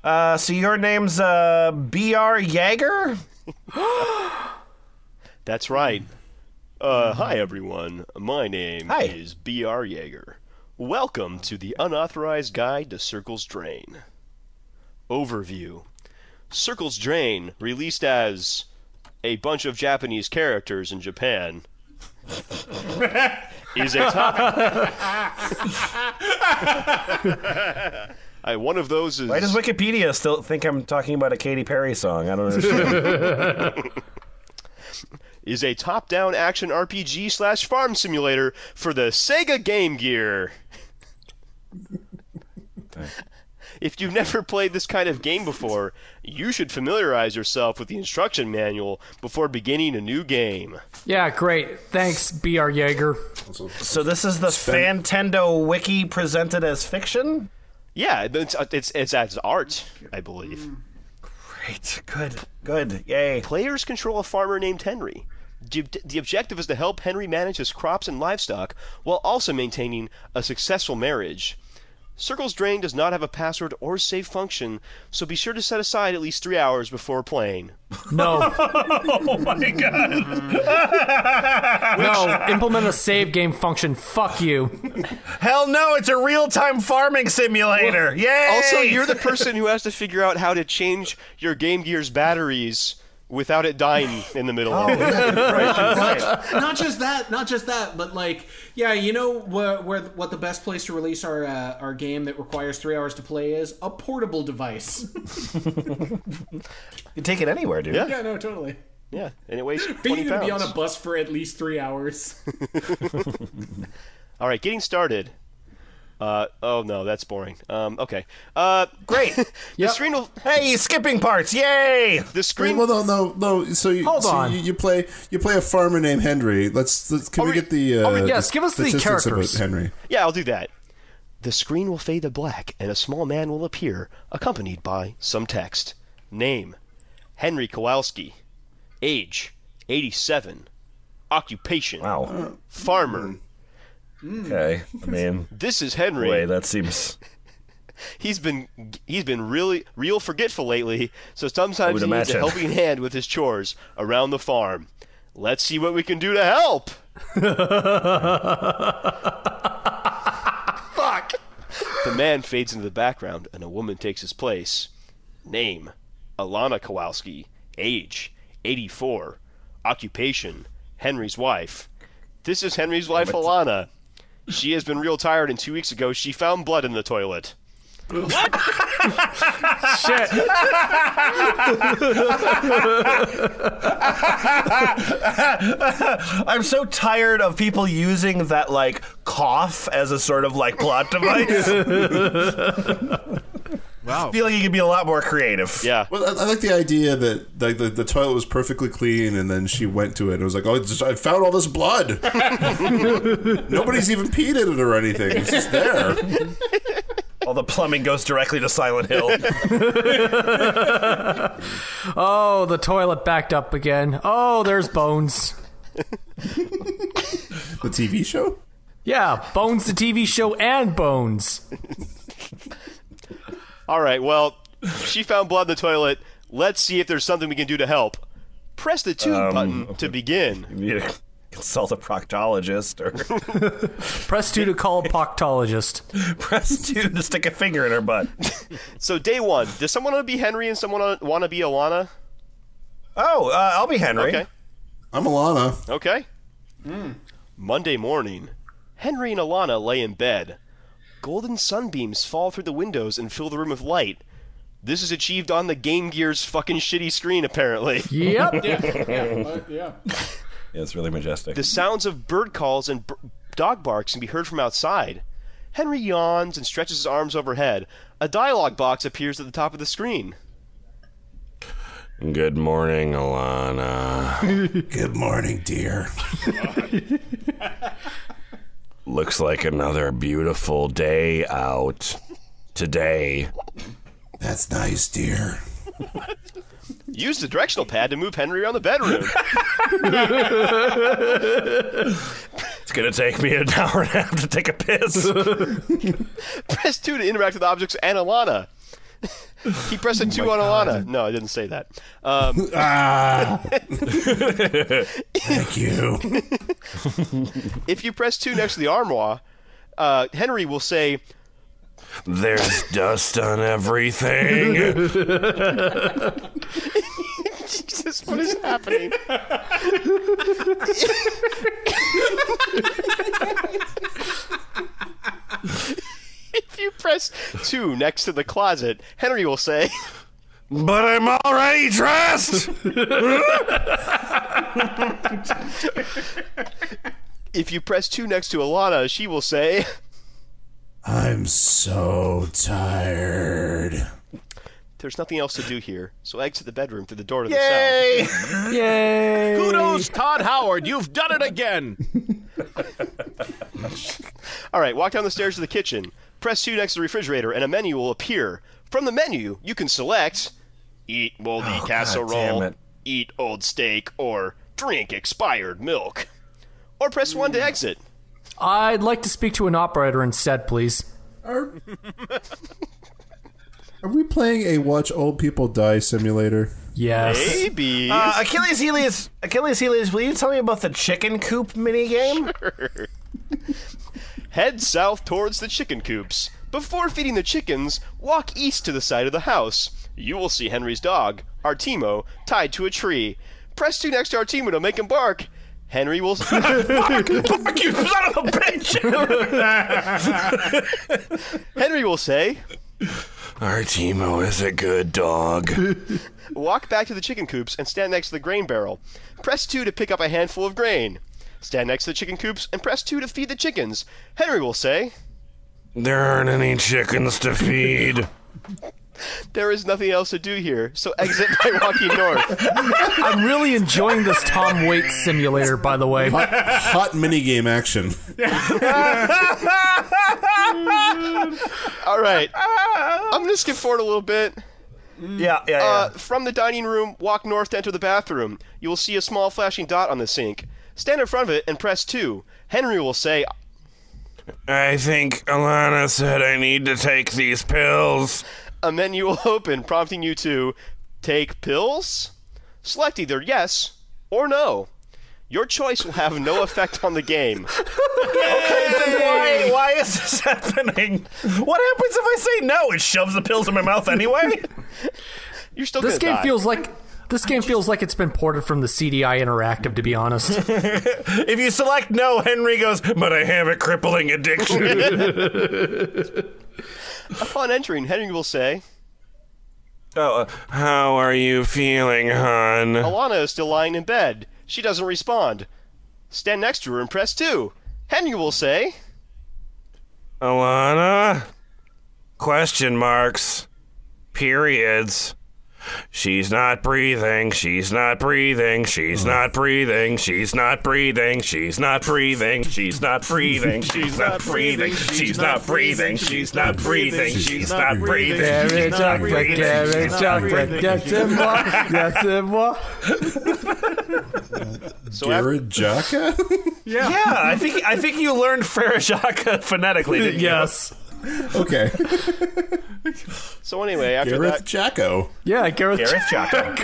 uh, so your name's uh, B.R. Jaeger? That's right. Uh, hi, everyone. My name Hi. is B.R. Yeager. Welcome to the Unauthorized Guide to Circle's Drain. Overview Circle's Drain, released as a bunch of Japanese characters <laughs> in Japan, is a <laughs> topic. I, one of those is. Why does Wikipedia still think I'm talking about a Katy Perry song? I don't understand. is a top-down action RPG slash farm simulator for the Sega Game Gear. if you've never played this kind of game before, you should familiarize yourself with the instruction manual before beginning a new game. Yeah, great. Thanks, Br Jaeger. so this is the Fantendo Wiki presented as fiction? Yeah, it's it's it's as art, I believe. Great. Good. Good. Yay. Players control a farmer named Henry. The ob- the objective is to help Henry manage his crops and livestock while also maintaining a successful marriage. Circle's Drain does not have a password or save function, so be sure to set aside at least three hours before playing. <laughs> No, Oh My God. <laughs> no. Implement a save game function. Fuck you. Hell no, it's a real time farming simulator. Yay! Also, you're the person who has to figure out how to change your Game Gear's batteries without it dying in the middle <laughs> of it. not just that, not just that, but like, yeah, you know where, where what the best place to release our uh, our game that requires three hours to play is a portable device. <laughs> You take it anywhere, dude. yeah, no, totally. Yeah, and it weighs 20 But you need to pounds. be on a bus for at least three hours. All right, getting started. Uh, oh no, that's boring. Um, okay. Uh, Great. the screen will hey, skipping parts. Yay! the screen Well, no, no, no. So you, Hold so on. You, you play, you play a farmer named Henry. Let's, let's can we we- get the? Uh, are we- yes, give us the statistics characters. about Henry. Yeah, I'll do that. The screen will fade to black, and a small man will appear, accompanied by some text. Name Henry Kowalski. Age 87. Occupation Wow. Farmer. Okay. I mean, This is Henry. wait, that seems. He's been he's been really real forgetful lately, so sometimes would he needs a imagine. helping hand with his chores around the farm. Let's see what we can do <laughs> to help. Fuck. The man fades into the background, and a woman takes his place. Name Alana Kowalski. Age 84. Occupation Henry's wife. This is Henry's wife, Alana. She has been real tired, and two weeks ago she found blood in the toilet. Shit. <laughs> I'm so tired of people using that, like, cough as a sort of, like, plot device. <laughs> <laughs> wow. I feel like you could be a lot more creative. Yeah. Well, I, I like the idea that like the, the toilet was perfectly clean, and then she went to it. and It was like, oh, it's just- I found all this blood. Nobody's even peed in it or anything. It's just there. All the plumbing goes directly to Silent Hill. <laughs> oh, the toilet backed up again. Oh, there's Bones. the TV show? Yeah, Bones the TV show and Bones. All right, well, she found blood in the toilet. Let's see if there's something we can do to help. Press the tube um, button okay. to begin. You consult a proctologist or <laughs> press two to call a proctologist. press two to stick a finger in her butt. so day one, does someone want to be Henry and someone want to be Alana? Oh, uh, I'll be Henry. Okay. I'm Alana. Okay. Mm. Monday morning, Henry and Alana lay in bed. Golden sunbeams fall through the windows and fill the room with light. This is achieved on the Game Gear's fucking shitty screen, apparently. Yep. yeah. Yeah. yeah. Yeah, it's really majestic. The sounds of bird calls and b- dog barks can be heard from outside. Henry yawns and stretches his arms overhead. A dialogue box appears at the top of the screen. Good morning, Alana. Good morning, dear. Looks like another beautiful day out today. That's nice, dear. Use the directional pad to move Henry around the <laughs> bedroom. it's gonna take me an <laughs> hour and a half to take a piss. <laughs> Press two to interact with objects and Alana. <laughs> He pressed a two oh on God. Alana. No, I didn't say that. Um, ah, <laughs> thank you. if you press two next to the armoire, uh, Henry will say, there's dust on everything. Jesus, what is happening? if you press two next to the closet, Henry will say, <laughs> But I'm already dressed! if you press two next to Alana, she will say, I'm so tired. There's nothing else to do here, so I exit the bedroom through the door to the Yay! cell. Yay! Kudos, Todd Howard. You've done it again. <laughs> All right, walk down the stairs to the kitchen. Press 2 next to the refrigerator, and a menu will appear. From the menu, you can select eat moldy oh, casserole, eat old steak, or drink expired milk. Or press 1 to exit. I'd like to speak to an operator instead, please. Are, Are we playing a watch old people die simulator? Yes. Maybe. Uh, Achilles Helios, Achilles Helios, will you tell me about the chicken coop minigame? Sure. Head south towards the chicken coops. Before feeding the chickens, walk east to the side of the house. You will see Henry's dog, Artimo, tied to a tree. Press 2 next to Artimo to make him bark. Henry will. fuck, fuck you, son of a bitch! <laughs> Henry will say, Artimo oh, is a good dog. Walk back to the chicken coops and stand next to the grain barrel. Press 2 to pick up a handful of grain. Stand next to the chicken coops and press 2 to feed the chickens. Henry will say, There aren't any chickens to feed. There is nothing else to do here, so exit by <laughs> walking north. I'm really enjoying this Tom Waits simulator, by the way. Hot, hot minigame action. All right. I'm going to skip forward a little bit. Yeah, yeah, yeah. Uh, from the dining room, walk north to enter the bathroom. You will see a small flashing dot on the sink. Stand in front of it and press 2. Henry will say, I think Alana said I need to take these pills a menu will open prompting you to take pills, select either yes or no. Your choice will have no effect on the game. okay, why, why is this <laughs> happening? What happens if I say no? It shoves the pills in my mouth anyway. You're still. This game die. feels like this game feels like it's been ported from the CDI Interactive, to be honest. if you select no, Henry goes, but I have a crippling addiction. Upon entering, Henry will say, Oh, uh, <laughs> how are you feeling, hon? Alana is still lying in bed. She doesn't respond. Stand next to her and press 2. Henry will say, Alana? Question marks. Periods. She's not breathing. She's not breathing. She's not breathing. She's not breathing. She's not breathing. She's not breathing. She's not breathing. She's not breathing. She's not breathing. She's <laughs> not breathing. Gary She's not Chuck, breathing. Gary She's not Chuck, breathing. yes, c'est moi, yes, c'est moi. Jared Jaka? Yeah. yeah, I think I think you learned Farajaka <laughs> phonetically, didn't you? Yes. <laughs> Okay. So anyway, after Gareth that, Jacko. Yeah, Gareth, Gareth Jocko.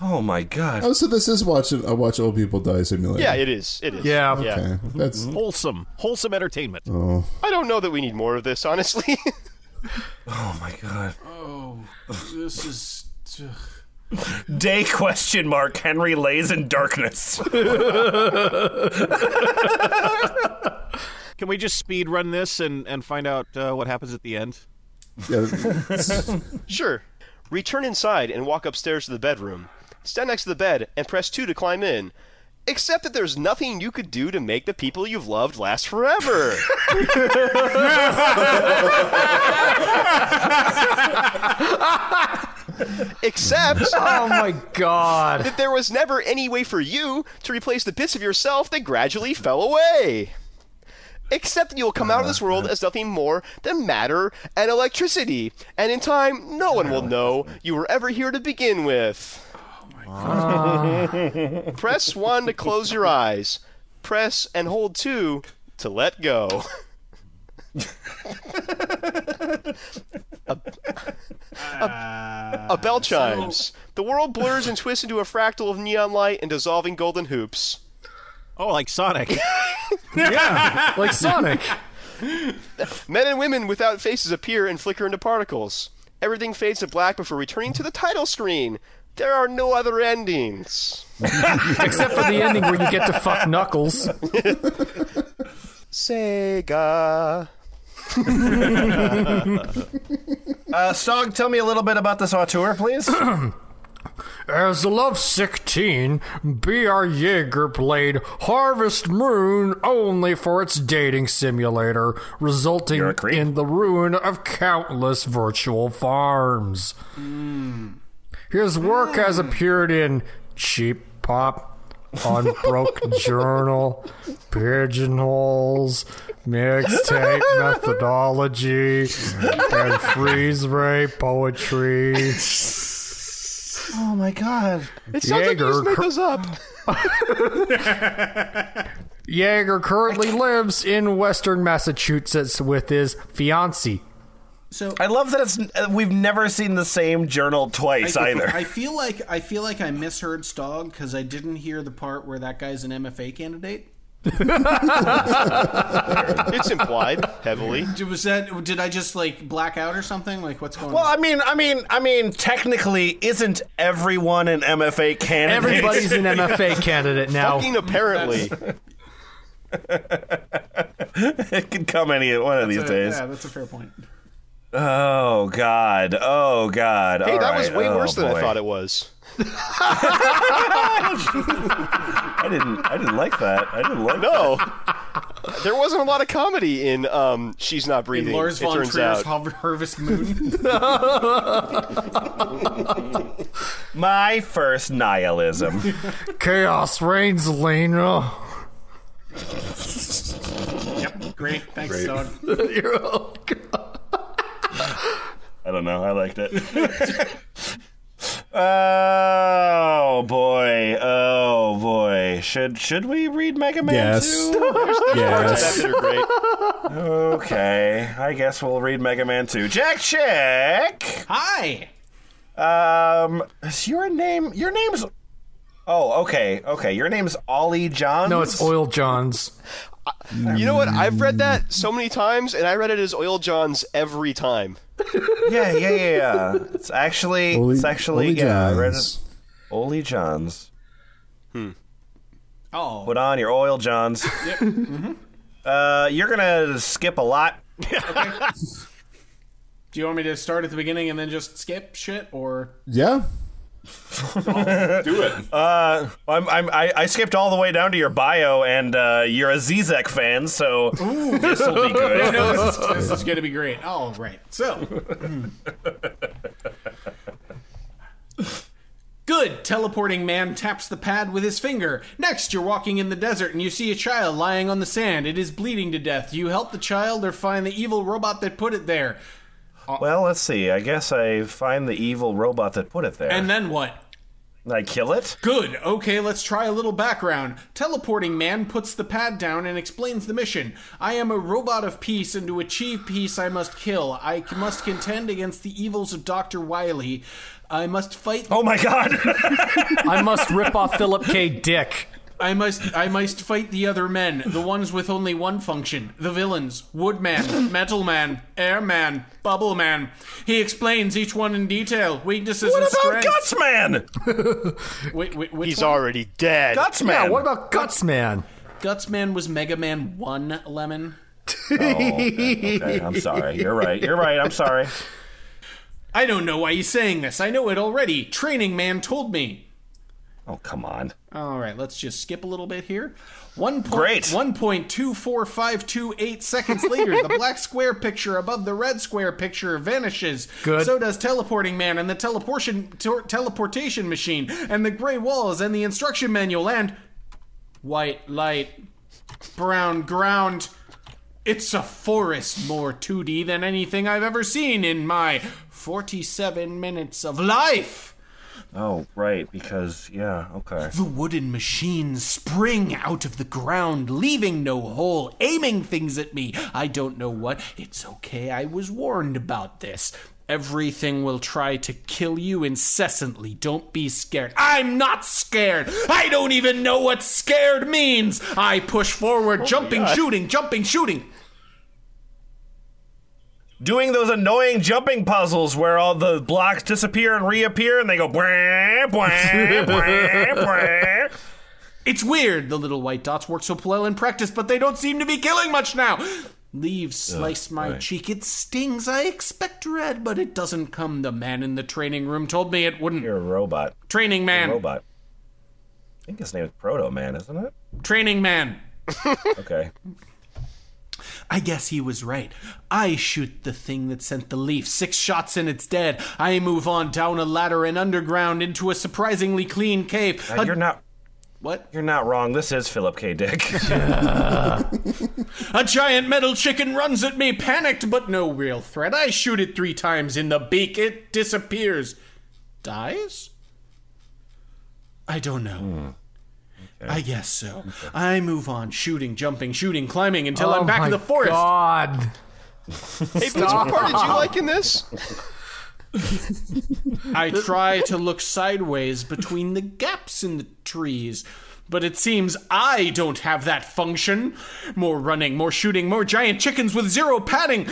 oh my god. Oh, so this is watching a watch old people die simulator. yeah, it is. It is. Yeah. Okay, that's Mm-hmm. Wholesome, wholesome entertainment. oh, I don't know that we need more of this, honestly. <laughs> Oh my god. Oh, this is. ugh. Day question mark Henry lays in darkness. Can we just speed run this and and find out uh, what happens at the end? yeah. Sure. Return inside and walk upstairs to the bedroom. Stand next to the bed and press 2 to climb in. Except that there's nothing you could do to make the people you've loved last forever. <laughs> Except Oh my god. that there was never any way for you to replace the bits of yourself that gradually fell away. Except that you'll come out of this world as nothing more than matter and electricity, and in time, no one will know you were ever here to begin with. Press 1 to close your eyes. Press and hold 2 to let go. <laughs> a, a, a bell chimes. The world blurs and twists into a fractal of neon light and dissolving golden hoops. Oh, like Sonic. Like Sonic. Men and women without faces appear and flicker into particles. Everything fades to black before returning to the title screen. There are no other endings. Except for the ending where you get to fuck Knuckles. Sega. Uh, Stog, tell me a little bit about this auteur, <clears throat> please. As the Lovesick Teen, B.R. Yeager played Harvest Moon only for its dating simulator, resulting a creep. in the ruin of countless virtual farms. His work has appeared in Cheap Pop, <laughs> Unbroke Journal, Pigeonholes, <laughs> Mixtape Methodology, and Freeze Ray Poetry. <laughs> oh my god. It sounds like you just Jaeger made cr- those up. <laughs> Yeager currently lives in Western Massachusetts with his fiancee. So I love that it's uh, we've never seen the same journal twice either. I feel like I feel like I misheard Stog because I didn't hear the part where that guy's an MFA candidate. It's implied heavily. Did- Was that? Did I just like black out or something? Like what's going well, on? I mean, I mean, I mean, technically, isn't everyone an MFA candidate? Everybody's an <laughs> MFA candidate now. Fucking apparently. <laughs> it could come any one of these Uh, days. yeah, that's a fair point. Oh God! Oh God! Hey, that was way worse Oh, than I thought it was. I didn't. I didn't like that. I didn't like. No. Oh. There wasn't a lot of comedy in um, She's Not Breathing. Lars it von turns Trier's out. Har- <laughs> Harvest Moon. My first nihilism. Chaos reigns, Oh, Lena. yep, great. Thanks, Great. Stog. You're- oh, God. I don't know. I liked it. oh boy! Oh boy! Should should we read Mega Man Yes. <laughs> 2? yes. That bit are great. Okay, I guess we'll read Mega Man 2. Jack Chick. Hi. Um, is your name? Your name's. Oh, okay, okay. Your name's Ollie Johns. No, it's Oil Johns. You know what? I've read that so many times, and I read it as Oil John's every time. Yeah, yeah, yeah. yeah. It's actually. Oli- it's actually. Oli yeah, I read it. Johns. Ollie Johns. Oh, Put on your oil, Johns. Yep. <laughs> uh, you're gonna skip a lot. do you want me to start at the beginning and then just skip shit, or Yeah. Do it. Uh, I'm, I'm, I, I skipped all the way down to your bio, and uh, you're a Zizek fan, so this will be <laughs> No, good. no, this is, this is going to be great. All right. So. hmm. <laughs> Good. Teleporting man taps the pad with his finger. Next, you're walking in the desert and you see a child lying on the sand. It is bleeding to death. You help the child or find the evil robot that put it there. Well, let's see. I guess I find the evil robot that put it there. And then what? I kill it? Good. Okay, let's try a little background. Teleporting man puts the pad down and explains the mission. I am a robot of peace, and to achieve peace, I must kill. I c- must contend against the evils of Dr. Wiley. I must fight. Oh my god! I must rip off Philip K. Dick. I must I must fight the other men, the ones with only one function, the villains, Woodman, Metal Man, Airman, Bubble Man. He explains each one in detail, <laughs> weaknesses What and about strengths. Gutsman? Wait, wait, which He's one? already dead. Gutsman. Yeah, what about Gutsman? Gutsman was Mega Man 1 Lemon. Oh, okay, okay, I'm sorry. You're right. You're right. I'm sorry. I don't know why he's saying this. I know it already. Training man told me. Oh, come on. All right, let's just skip a little bit here. One point, Great. 1.24528 seconds later, the black square picture above the red square picture vanishes. Good. So does teleporting man and the teleportation tor- teleportation machine and the gray walls and the instruction manual and white light, brown ground. It's a forest more 2D than anything I've ever seen in my 47 minutes of life. Oh, right. Because yeah. Okay. The wooden machines spring out of the ground, leaving no hole, aiming things at me. I don't know what. It's okay, I was warned about this. Everything will try to kill you incessantly. Don't be scared. I'm not scared. I don't even know what scared means. I push forward, jumping, shooting, jumping, shooting. Doing those annoying jumping puzzles where all the blocks disappear and reappear, and they go. Bwah, <laughs> bwah, bwah, bwah. It's weird. The little white dots work so well in practice, but they don't seem to be killing much now. Leaves slice my cheek. It stings. I expect red, but it doesn't come. The man in the training room told me it wouldn't. You're a robot. Training man. Robot. I think his name is Proto Man, isn't it? Training man. Okay. I guess he was right. I shoot the thing that sent the leaf. Six shots and it's dead. I move on down a ladder and underground into a surprisingly clean cave. Uh, A- you're not. What? You're not wrong. This is Philip K. Dick. <laughs> A giant metal chicken runs at me, panicked, but no real threat. I shoot it three times in the beak. It disappears. Dies? I don't know. I guess so. I move on, shooting, jumping, shooting, climbing until oh I'm back my in the forest. God. Hey, Boots, what part did you like in this? I try to look sideways between the gaps in the trees, but it seems I don't have that function. More running, more shooting, more giant chickens with zero padding.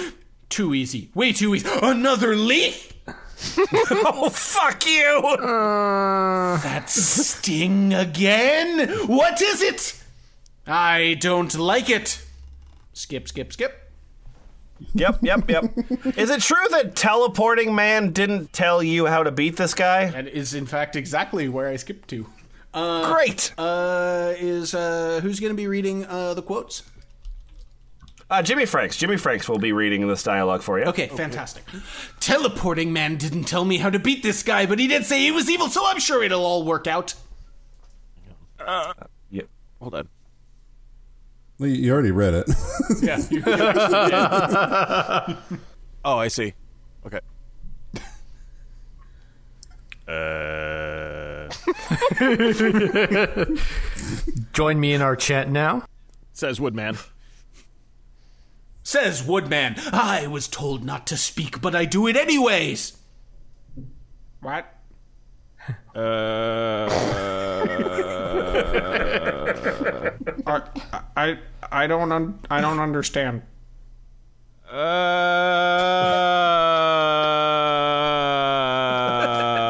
Too easy. Way too easy. Another leaf? <laughs> oh, fuck you! That sting again? What is it? I don't like it. Skip, skip, skip. yep, yep, yep. Is it true that teleporting man didn't tell you how to beat this guy? That is, in fact, exactly where I skipped to. Uh, Great. uh, is uh, who's going to be reading uh, the quotes? Uh, Jimmy Franks. Jimmy Franks will be reading this dialogue for you. Okay, fantastic. Teleporting man didn't tell me how to beat this guy, but he did say he was evil, so I'm sure it'll all work out. Yeah. Hold on. Well, You already read it. <laughs> Oh, I see. Okay. Uh, Join me in our chat now. says Woodman. Says Woodman, I was told not to speak, but I do it anyways. <laughs> Right? Uh, uh, I, I, I don't un, I don't understand.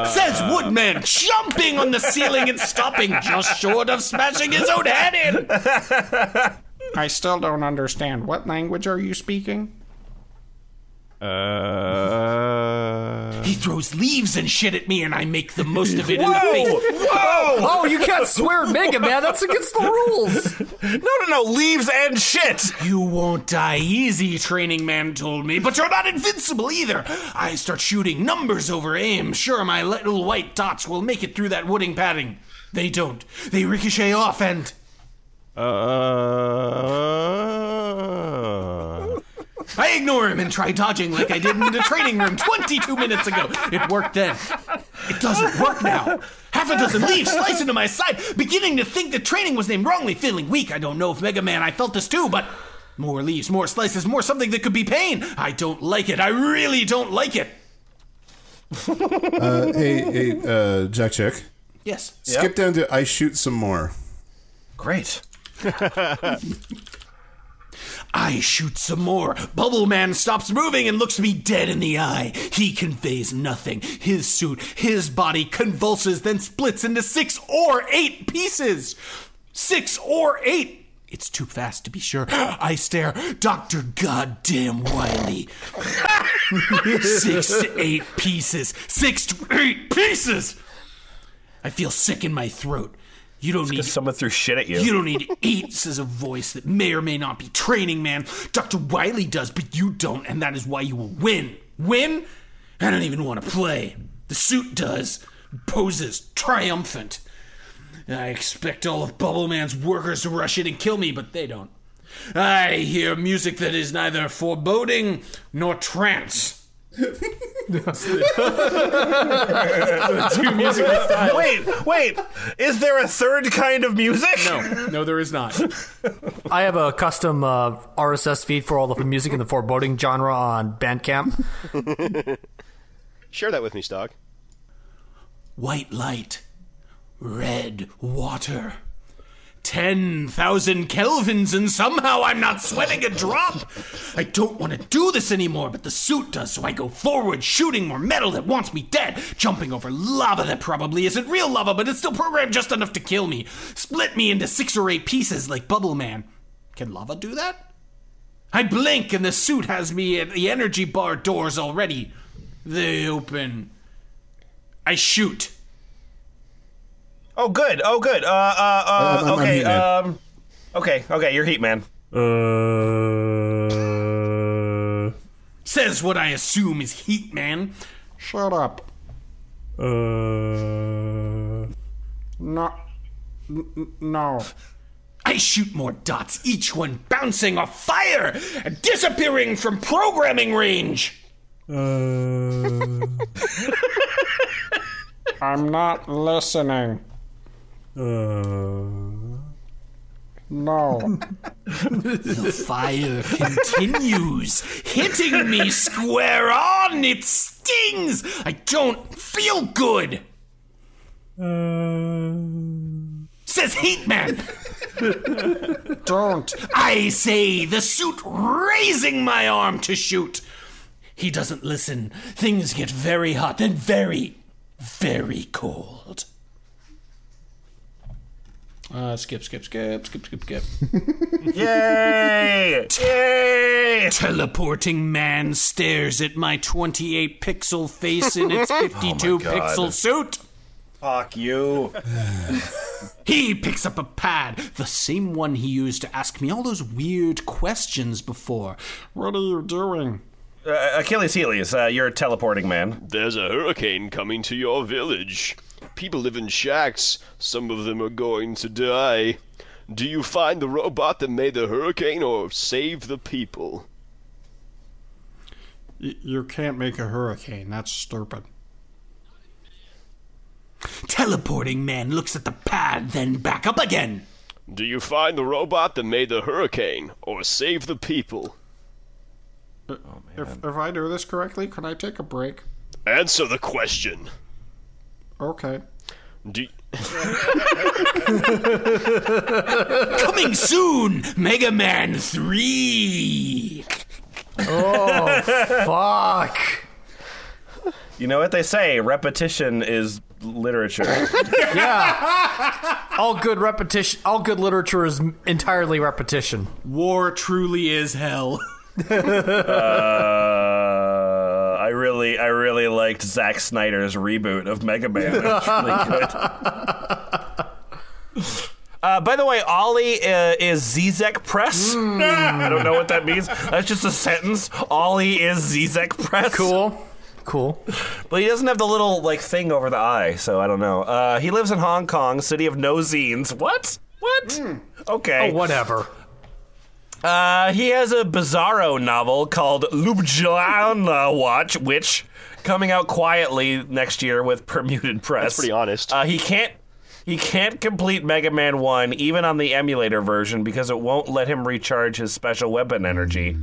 Says Woodman, jumping on the ceiling and stopping just short of smashing his own head in. I still don't understand. What language are you speaking? Uh, He throws leaves and shit at me, and I make the most of it in the Whoa! face. Whoa! Oh, you can't swear at Mega Man. That's against the rules. No, no, no. Leaves and shit. You won't die easy, Training Man told me, but you're not invincible either. I start shooting numbers over aim. Sure, my little white dots will make it through that wooding padding. They don't. They ricochet off and. Uh, I ignore him and try dodging like I did in the training room 22 minutes ago. It worked then. It doesn't work now. Half a dozen leaves slice into my side, beginning to think the training was named wrongly, feeling weak. I don't know if Mega Man, I felt this too, but more leaves, more slices, more something that could be pain. I don't like it. I really don't like it. Uh, hey, hey, uh, Jack Chick. Yes. Skip down to I shoot some more. Great. I shoot some more. Bubble Man stops moving and looks me dead in the eye. He conveys nothing. His suit, his body convulses, then splits into six or eight pieces. Six or eight. It's too fast to be sure. <gasps> I stare, Dr. Goddamn Wiley. six to eight pieces. Six to eight pieces! I feel sick in my throat. You don't need someone threw shit at you. <laughs> you don't need to eat, says a voice that may or may not be training, man. Dr. Wiley does, but you don't, and that is why you will win. Win? I don't even want to play. The suit does. Poses triumphant. I expect all of Bubble Man's workers to rush in and kill me, but they don't. I hear music that is neither foreboding nor trance. Two musical styles. Wait, wait. Is there a third kind of music? No, no, there is not. I have a custom uh, RSS feed for all the music in the foreboding genre on Bandcamp. Share that with me, Stog. White light, red water. 10,000 kelvins, and somehow I'm not sweating a drop. I don't want to do this anymore, but the suit does, so I go forward, shooting more metal that wants me dead, jumping over lava that probably isn't real lava, but it's still programmed just enough to kill me, split me into six or eight pieces like Bubble Man. Can lava do that? I blink, and the suit has me at the energy bar doors already. They open. I shoot. Oh, good. Oh, good. Uh, uh, uh, I'm- I'm- I'm okay. Heat Man. um, okay. Okay. You're Heat Man. Uh, Says what I assume is Heat Man. Shut up. uh, No. No. I shoot more dots, each one bouncing off fire and disappearing from programming range. uh, I'm not listening. No. The fire continues, hitting me square on. It stings. I don't feel good. Says Heat Man. Don't. I say, the suit raising my arm to shoot. He doesn't listen. Things get very hot, then very, very cold. Uh, skip, skip, skip, skip, skip, skip. <laughs> Yay! Yay! <laughs> Teleporting man stares at my 28 pixel face in <laughs> its Oh my 52 God. pixel suit. Fuck you. He picks up a pad, the same one he used to ask me all those weird questions before. What are you doing? Uh, Achilles Helios, uh, you're a teleporting man. There's a hurricane coming to your village. People live in shacks. Some of them are going to die. Do you find the robot that made the hurricane or save the people? You can't make a hurricane. That's stupid. Teleporting man looks at the pad, then back up again. Do you find the robot that made the hurricane or save the people? If, if I do this correctly, can I take a break? Answer the question. Okay. Do Coming <laughs> soon, Mega Man 3. oh, fuck. You know what they say repetition is <laughs> literature. All good repetition. All good literature is entirely repetition. War truly is hell. uh, I really really, I really liked Zack Snyder's reboot of Mega Man. It was <laughs> really good. Uh, by the way, Ollie uh, is Zizek Press. Hmm. I don't know what that means. That's just a sentence. Ollie is Zizek Press. Cool. Cool. But he doesn't have the little like thing over the eye, so I don't know. Uh, he lives in Hong Kong, city of no zines. What? What? Okay. Oh, whatever. Uh, he has a bizarro novel called Ljubljana Watch, which coming out quietly next year with permuted press. That's pretty honest. Uh, he can't he can't complete Mega Man 1 even on the emulator version because it won't let him recharge his special weapon energy.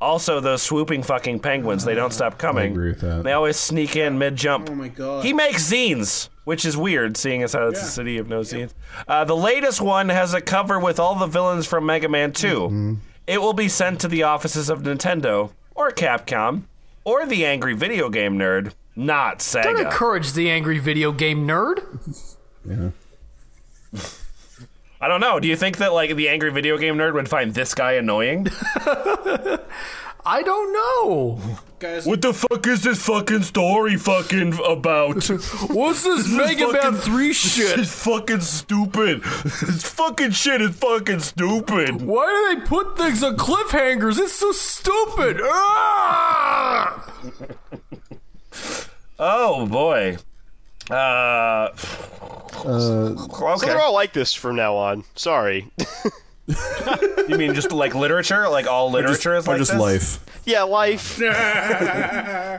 Also, those swooping fucking penguins, they don't stop coming. I agree with that. They always sneak in mid jump. Oh my god. He makes zines, which is weird, seeing as how it's a city of no zines. Uh, the latest one has a cover with all the villains from Mega Man 2. It will be sent to the offices of Nintendo, or Capcom, or the angry video game nerd, not Sega. Don't encourage the angry video game nerd. Yeah. I don't know. Do you think that like the angry video game nerd would find this guy annoying? I don't know. Guys, <laughs> what the fuck is this fucking story fucking about? What's this, Mega Man 3 shit? This is fucking stupid. This fucking shit is fucking stupid. Why do they put things on cliffhangers? It's so stupid. Ah! Oh boy. Uh, So okay. they're all like this from now on. Sorry. <laughs> you mean just like literature? Like all literature is or like just this? life. <laughs> yeah, life. this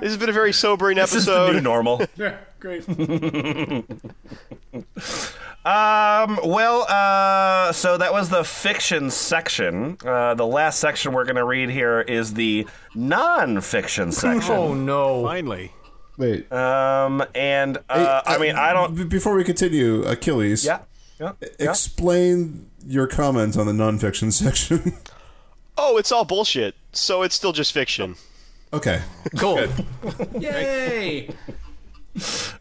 has been a very sobering This is the episode. new normal. great. <laughs> Um, well, uh, so that was the fiction section. Uh, the last section we're going to read here is the non-fiction <laughs> section. Oh no. Finally. Wait. Um, and uh, I mean, I don't. B- Before we continue, Achilles, Yeah, yeah, yeah. explain your comments on the nonfiction <laughs> section. oh, it's all bullshit. So it's still just fiction. okay. Cool. Yay!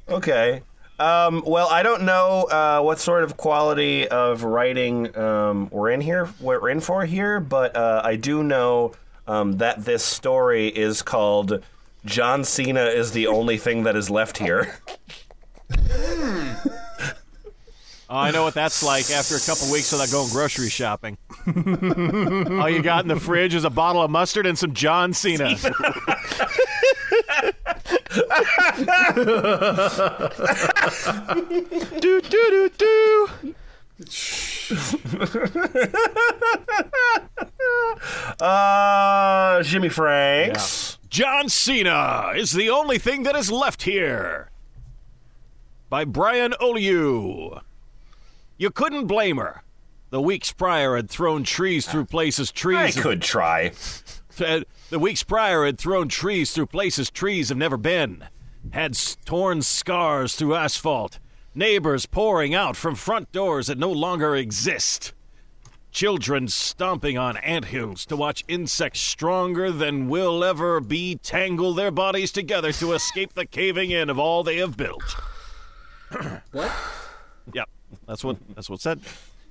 Okay. Um, well, I don't know uh, what sort of quality of writing um, we're in here, we're in for here, but uh, I do know um, that this story is called "John Cena is the only thing that is left <laughs> here." Oh, I know what that's like after a couple weeks without going grocery shopping. All you got in the fridge is a bottle of mustard and some John Cena. do do do do. Uh, Jimmy Franks. John Cena is the only thing that is left here. By Brian Oliu. You couldn't blame her. The weeks prior had thrown trees through places I trees. could try. Uh, the weeks prior had thrown trees through places trees have never been, had s- torn scars through asphalt, neighbors pouring out from front doors that no longer exist, children stomping on anthills to watch insects stronger than will ever be tangle their bodies together to escape the caving in of all they have built. What? Yep, that's what that's what said.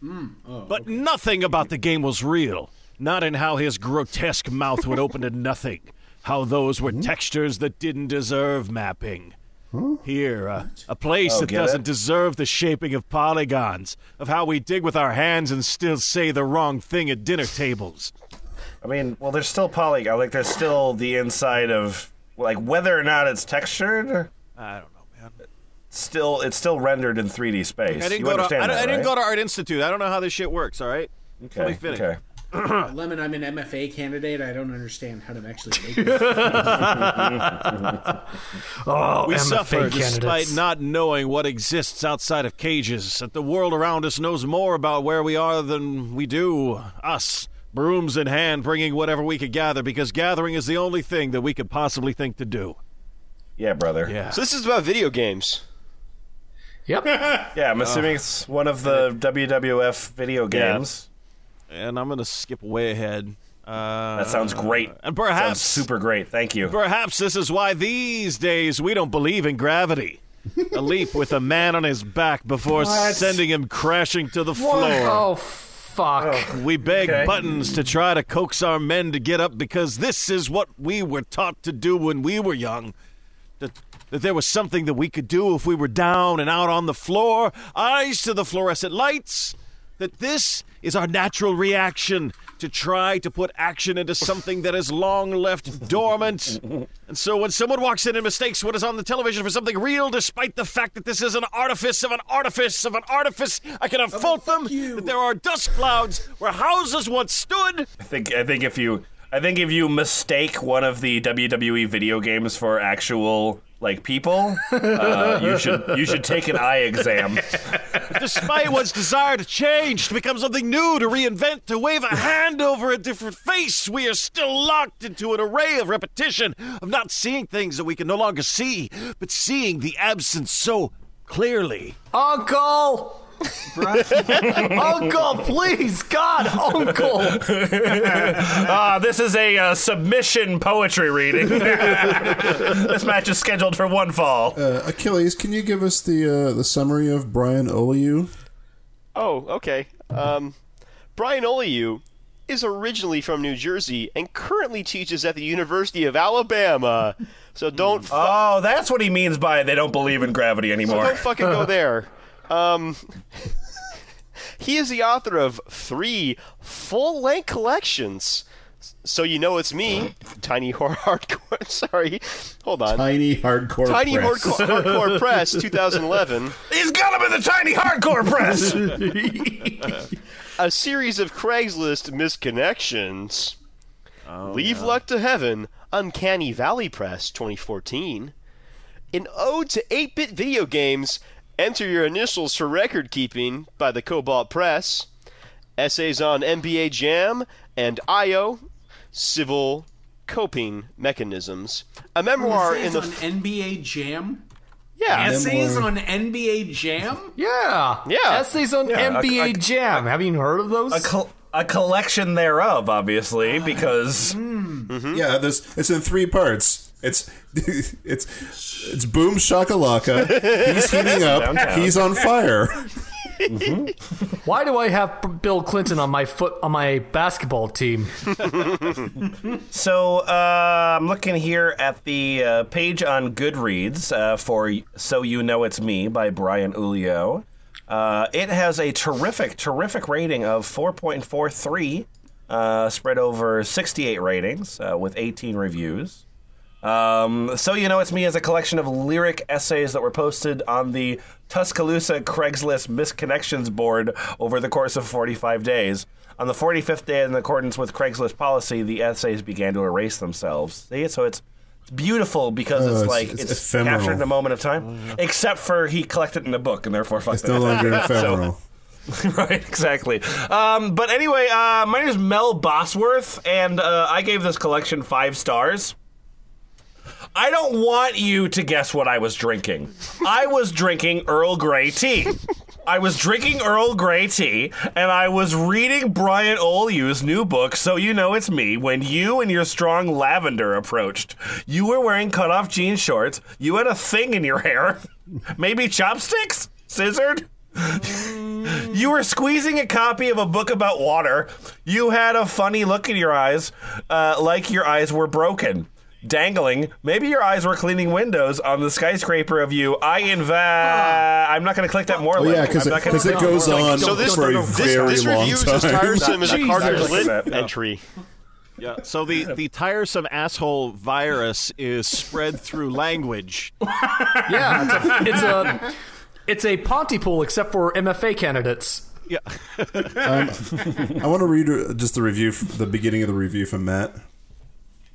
but nothing about the game was real. Not in how his grotesque mouth <laughs> would open to nothing. How those Hmm? were textures that didn't deserve mapping. Here, uh, a place that Oh, get doesn't it? deserve the shaping of polygons, of how we dig with our hands and still say the wrong thing at dinner tables. I mean, well, there's still polygon. Like, there's still the inside of like whether or not it's textured. I don't know, man. Still, it's still rendered in 3D space. I didn't you go to understand I, that, I didn't right? go to art institute. I don't know how this shit works. All right, let me Okay, finish. okay. <laughs> Lemon, I'm an MFA candidate. I don't understand how to actually make it. Oh, We MFA suffer candidates. despite not knowing what exists outside of cages, that the world around us knows more about where we are than we do. Us, brooms in hand, bringing whatever we could gather, because gathering is the only thing that we could possibly think to do. Yeah, brother. Yeah. So this is about video games. Yep. Yeah, I'm assuming it's one of the WWF video Yeah. games. And I'm going to skip way ahead. Uh, That sounds great. and Sounds perhaps- super great. Thank you. Perhaps this is why these days we don't believe in gravity. a leap with a man on his back before sending him crashing to the floor. Oh fuck. We beg Okay. buttons to try to coax our men to get up because this is what we were taught to do when we were young. that, that there was something that we could do if we were down and out on the floor, eyes to the fluorescent lights, that this is our natural reaction to try to put action into something that is long left dormant. And so when someone walks in and mistakes what is on the television for something real, despite the fact that this is an artifice of an artifice of an artifice, I can unfold them you. that there are dust clouds where houses once stood. I think I think if you I think if you mistake one of the WWE video games for actual like people, uh, you should you should take an eye <laughs> exam. Despite one's desire to change, to become something new, to reinvent, to wave a hand over a different face, we are still locked into an array of repetition of not seeing things that we can no longer see, but seeing the absence so clearly. Uncle. <laughs> uncle, please, God, Uncle. ah, this is a uh, submission poetry reading. <laughs> this match is scheduled for one fall. Uh, Achilles, can you give us the uh, the summary of Brian Oliu? Oh, okay. Um, Brian Oliu is originally from New Jersey and currently teaches at the University of Alabama. So don't. Fu- oh, that's what he means by they don't believe in gravity anymore. So don't <laughs> fucking go there. Um, he is the author of three full length collections. So you know it's me, Tiny Horror <laughs> Hardcore. Sorry, hold on. Tiny Hardcore. Tiny Press. Hardcore, hardcore <laughs> Press, 2011. He's got him in the Tiny Hardcore Press. A series of Craigslist misconnections. Oh, Leave yeah. Luck to Heaven, Uncanny Valley Press, 2014. An ode to 8-bit video games Enter your initials for record keeping by the Cobalt Press. Essays on NBA Jam and IO, civil coping mechanisms. A memoir Essays in the on NBA Jam. Yeah. Essays memoir. on NBA Jam. Yeah. Yeah. Essays on yeah, NBA a, a, Jam. A, Have you heard of those? A, col- a collection thereof, obviously, because mm. mm-hmm. yeah, there's it's in three parts. It's <laughs> it's it's boom shakalaka. <laughs> He's heating up. Downtown. He's on fire. Mm-hmm. Why do I have Bill Clinton on my foot on my basketball team? so uh, I'm looking here at the uh, page on Goodreads uh, for "So You Know It's Me" by Brian Ulio. Uh, it has a terrific, terrific rating of 4.43, uh, spread over 68 ratings uh, with 18 reviews. Um, so you know it's me as a collection of lyric essays that were posted on the Tuscaloosa Craigslist misconnections board over the course of 45 days. On the 45th day, in accordance with Craigslist policy, the essays began to erase themselves. See, so it's, it's beautiful because Oh, it's, it's- like it's it's, ephemeral. captured in a moment of time. Except for he collected it in a book and therefore fucked It's it. no <laughs> longer So- ephemeral. <laughs> right, exactly. Um, but anyway, uh, my name is Mel Bosworth, and uh, I gave this collection five stars. I don't want you to guess what I was drinking. I was drinking Earl Grey tea. I was drinking Earl Grey tea, and I was reading Brian Olyu's new book, So You Know It's Me, when you and your strong lavender approached. You were wearing cutoff jean shorts. You had a thing in your hair. <laughs> Maybe chopsticks? Scissored? You were squeezing a copy of a book about water. You had a funny look in your eyes, uh, like your eyes were broken. Dangling, maybe your eyes were cleaning windows on the skyscraper of you. I invest. I'm not going to click that more. Oh link. yeah, I'm not gonna because click it that goes more link. on so this for a this, very this long review is time. as <laughs> tiresome as a Jesus. Carter Exactly. Lint Yeah. entry. Yeah. So the, the tiresome asshole virus is spread through language. Yeah, it's a it's a, it's a Pontypool except for MFA candidates. Yeah. Um, I want to read uh, just the review, f- the beginning of the review from Matt.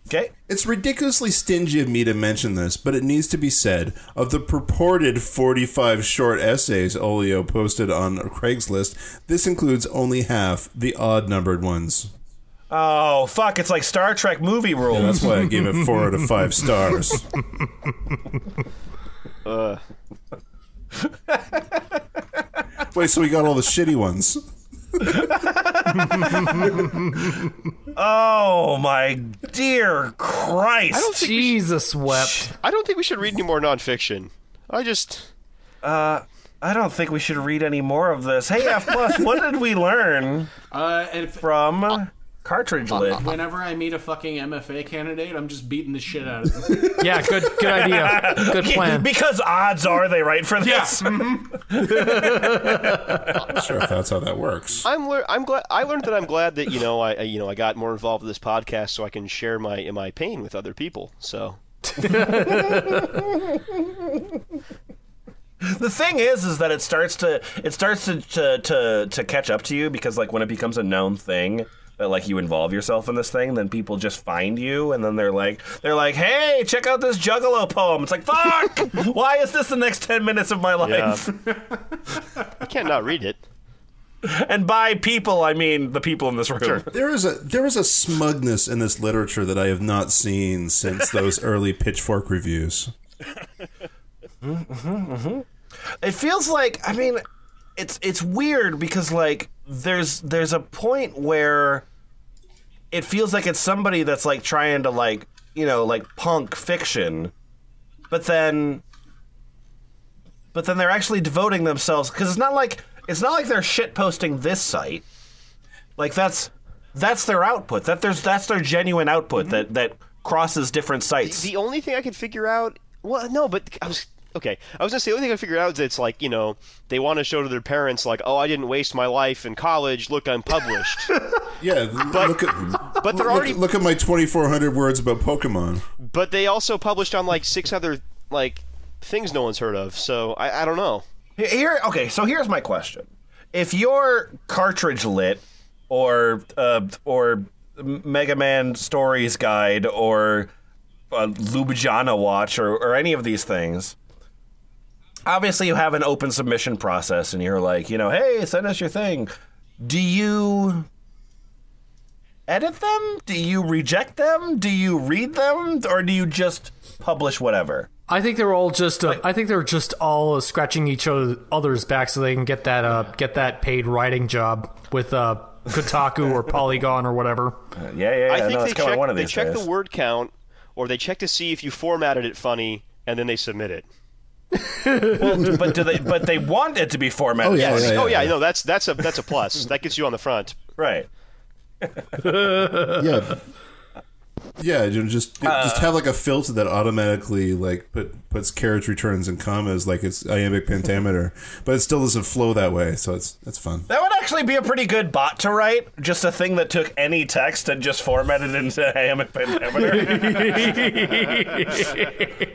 Okay. It's ridiculously stingy of me to mention this, but it needs to be said. Of the purported 45 short essays Olio posted on Craigslist, this includes only half the odd numbered ones. Oh fuck! It's like Star Trek movie rules. And that's why I gave it four out of five stars. Uh, Wait, so we got all the shitty ones. Oh my dear Christ! I don't think we Jesus wept. I don't think we should read any more nonfiction. I just Uh, I don't think we should read any more of this. Hey, F plus, what did we learn Uh, and if, from cartridge lid. Whenever I meet a fucking MFA candidate, I'm just beating the shit out of them. yeah, good good idea. Good <laughs> plan. Because odds are they right for this. Yeah. Mm-hmm. sure, if that's how that works. I'm le- I'm glad I learned that I'm glad that you know I you know I got more involved with this podcast so I can share my my pain with other people. So. <laughs> the thing is is that it starts to it starts to, to, to to catch up to you because like when it becomes a known thing that like you involve yourself in this thing then people just find you and then they're like they're like hey check out this juggalo poem it's like fuck why is this the next 10 minutes of my life <laughs> yeah. i can't not read it and by people i mean the people in this room sure. there is a there is a smugness in this literature that i have not seen since those early pitchfork reviews Mm-hmm, mm-hmm. It feels like I mean, it's it's weird because like there's there's a point where it feels like it's somebody that's like trying to like you know like punk fiction, but then but then they're actually devoting themselves because it's not like it's not like they're shit posting this site. Like that's that's their output. That there's that's their genuine output mm-hmm. that that crosses different sites. The, the only thing I could figure out, well, no, but I was okay. I was gonna say the only thing I figured out is it's like you know they want to show to their parents like, oh, I didn't waste my life in college. Look, I'm published. yeah, but look at, but they're look, already look at my 2,400 words about Pokemon. But they also published on like six other like things no one's heard of. So I, I don't know. Here, okay. So here's my question: If your cartridge lit or uh, or Mega Man Stories Guide or a Lubajana watch or, or any of these things, obviously you have an open submission process and you're like, you know, hey, send us your thing. Do you edit them? Do you reject them? Do you read them? Or do you just publish whatever? I think they're all just. Uh, like, I think they're just all uh, scratching each other, other's back so they can get that uh, get that paid writing job with uh, Kotaku or Polygon or whatever. yeah, yeah, yeah. I think no, they check, one of these they check days. the word count or they check to see if you formatted it funny and then they submit it. well, but do they? But they want it to be formatted. Oh yeah, yeah, yeah, oh yeah, yeah. No, that's that's a that's a plus. that gets you on the <laughs> front, right? yeah, yeah. Just just uh, have like a filter that automatically like put puts carriage returns and commas like it's iambic pentameter, but it still doesn't flow that way. So it's that's fun. That would actually be a pretty good bot to write. Just a thing that took any text and just formatted into <laughs> hammock <laughs> pentameter.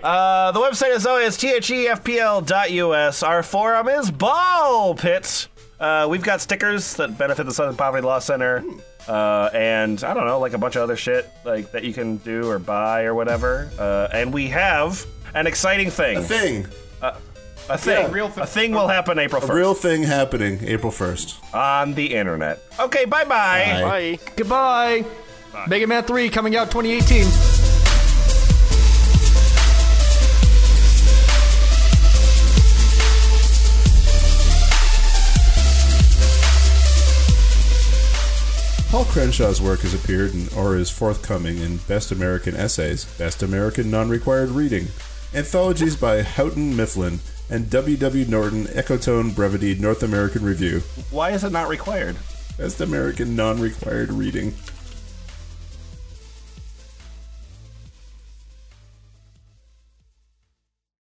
uh, the website, as always, E thefpl.us. Our forum is ball pits. Uh, we've got stickers that benefit the Southern Poverty Law Center, uh, and I don't know, like a bunch of other shit like that you can do or buy or whatever. Uh, and we have an exciting thing. A thing. A thing. Yeah, real thing. A thing will happen April 1st. A real thing happening April 1st. On the internet. Okay, bye-bye. Bye. bye. Goodbye. Bye. Mega Man 3 coming out 2018. Paul Crenshaw's work has appeared in, or is forthcoming in Best American Essays, Best American Non-Required Reading, anthologies by Houghton Mifflin, and W. W. Norton Ecotone Brevity North American Review. Why is it not required? Best American non required reading.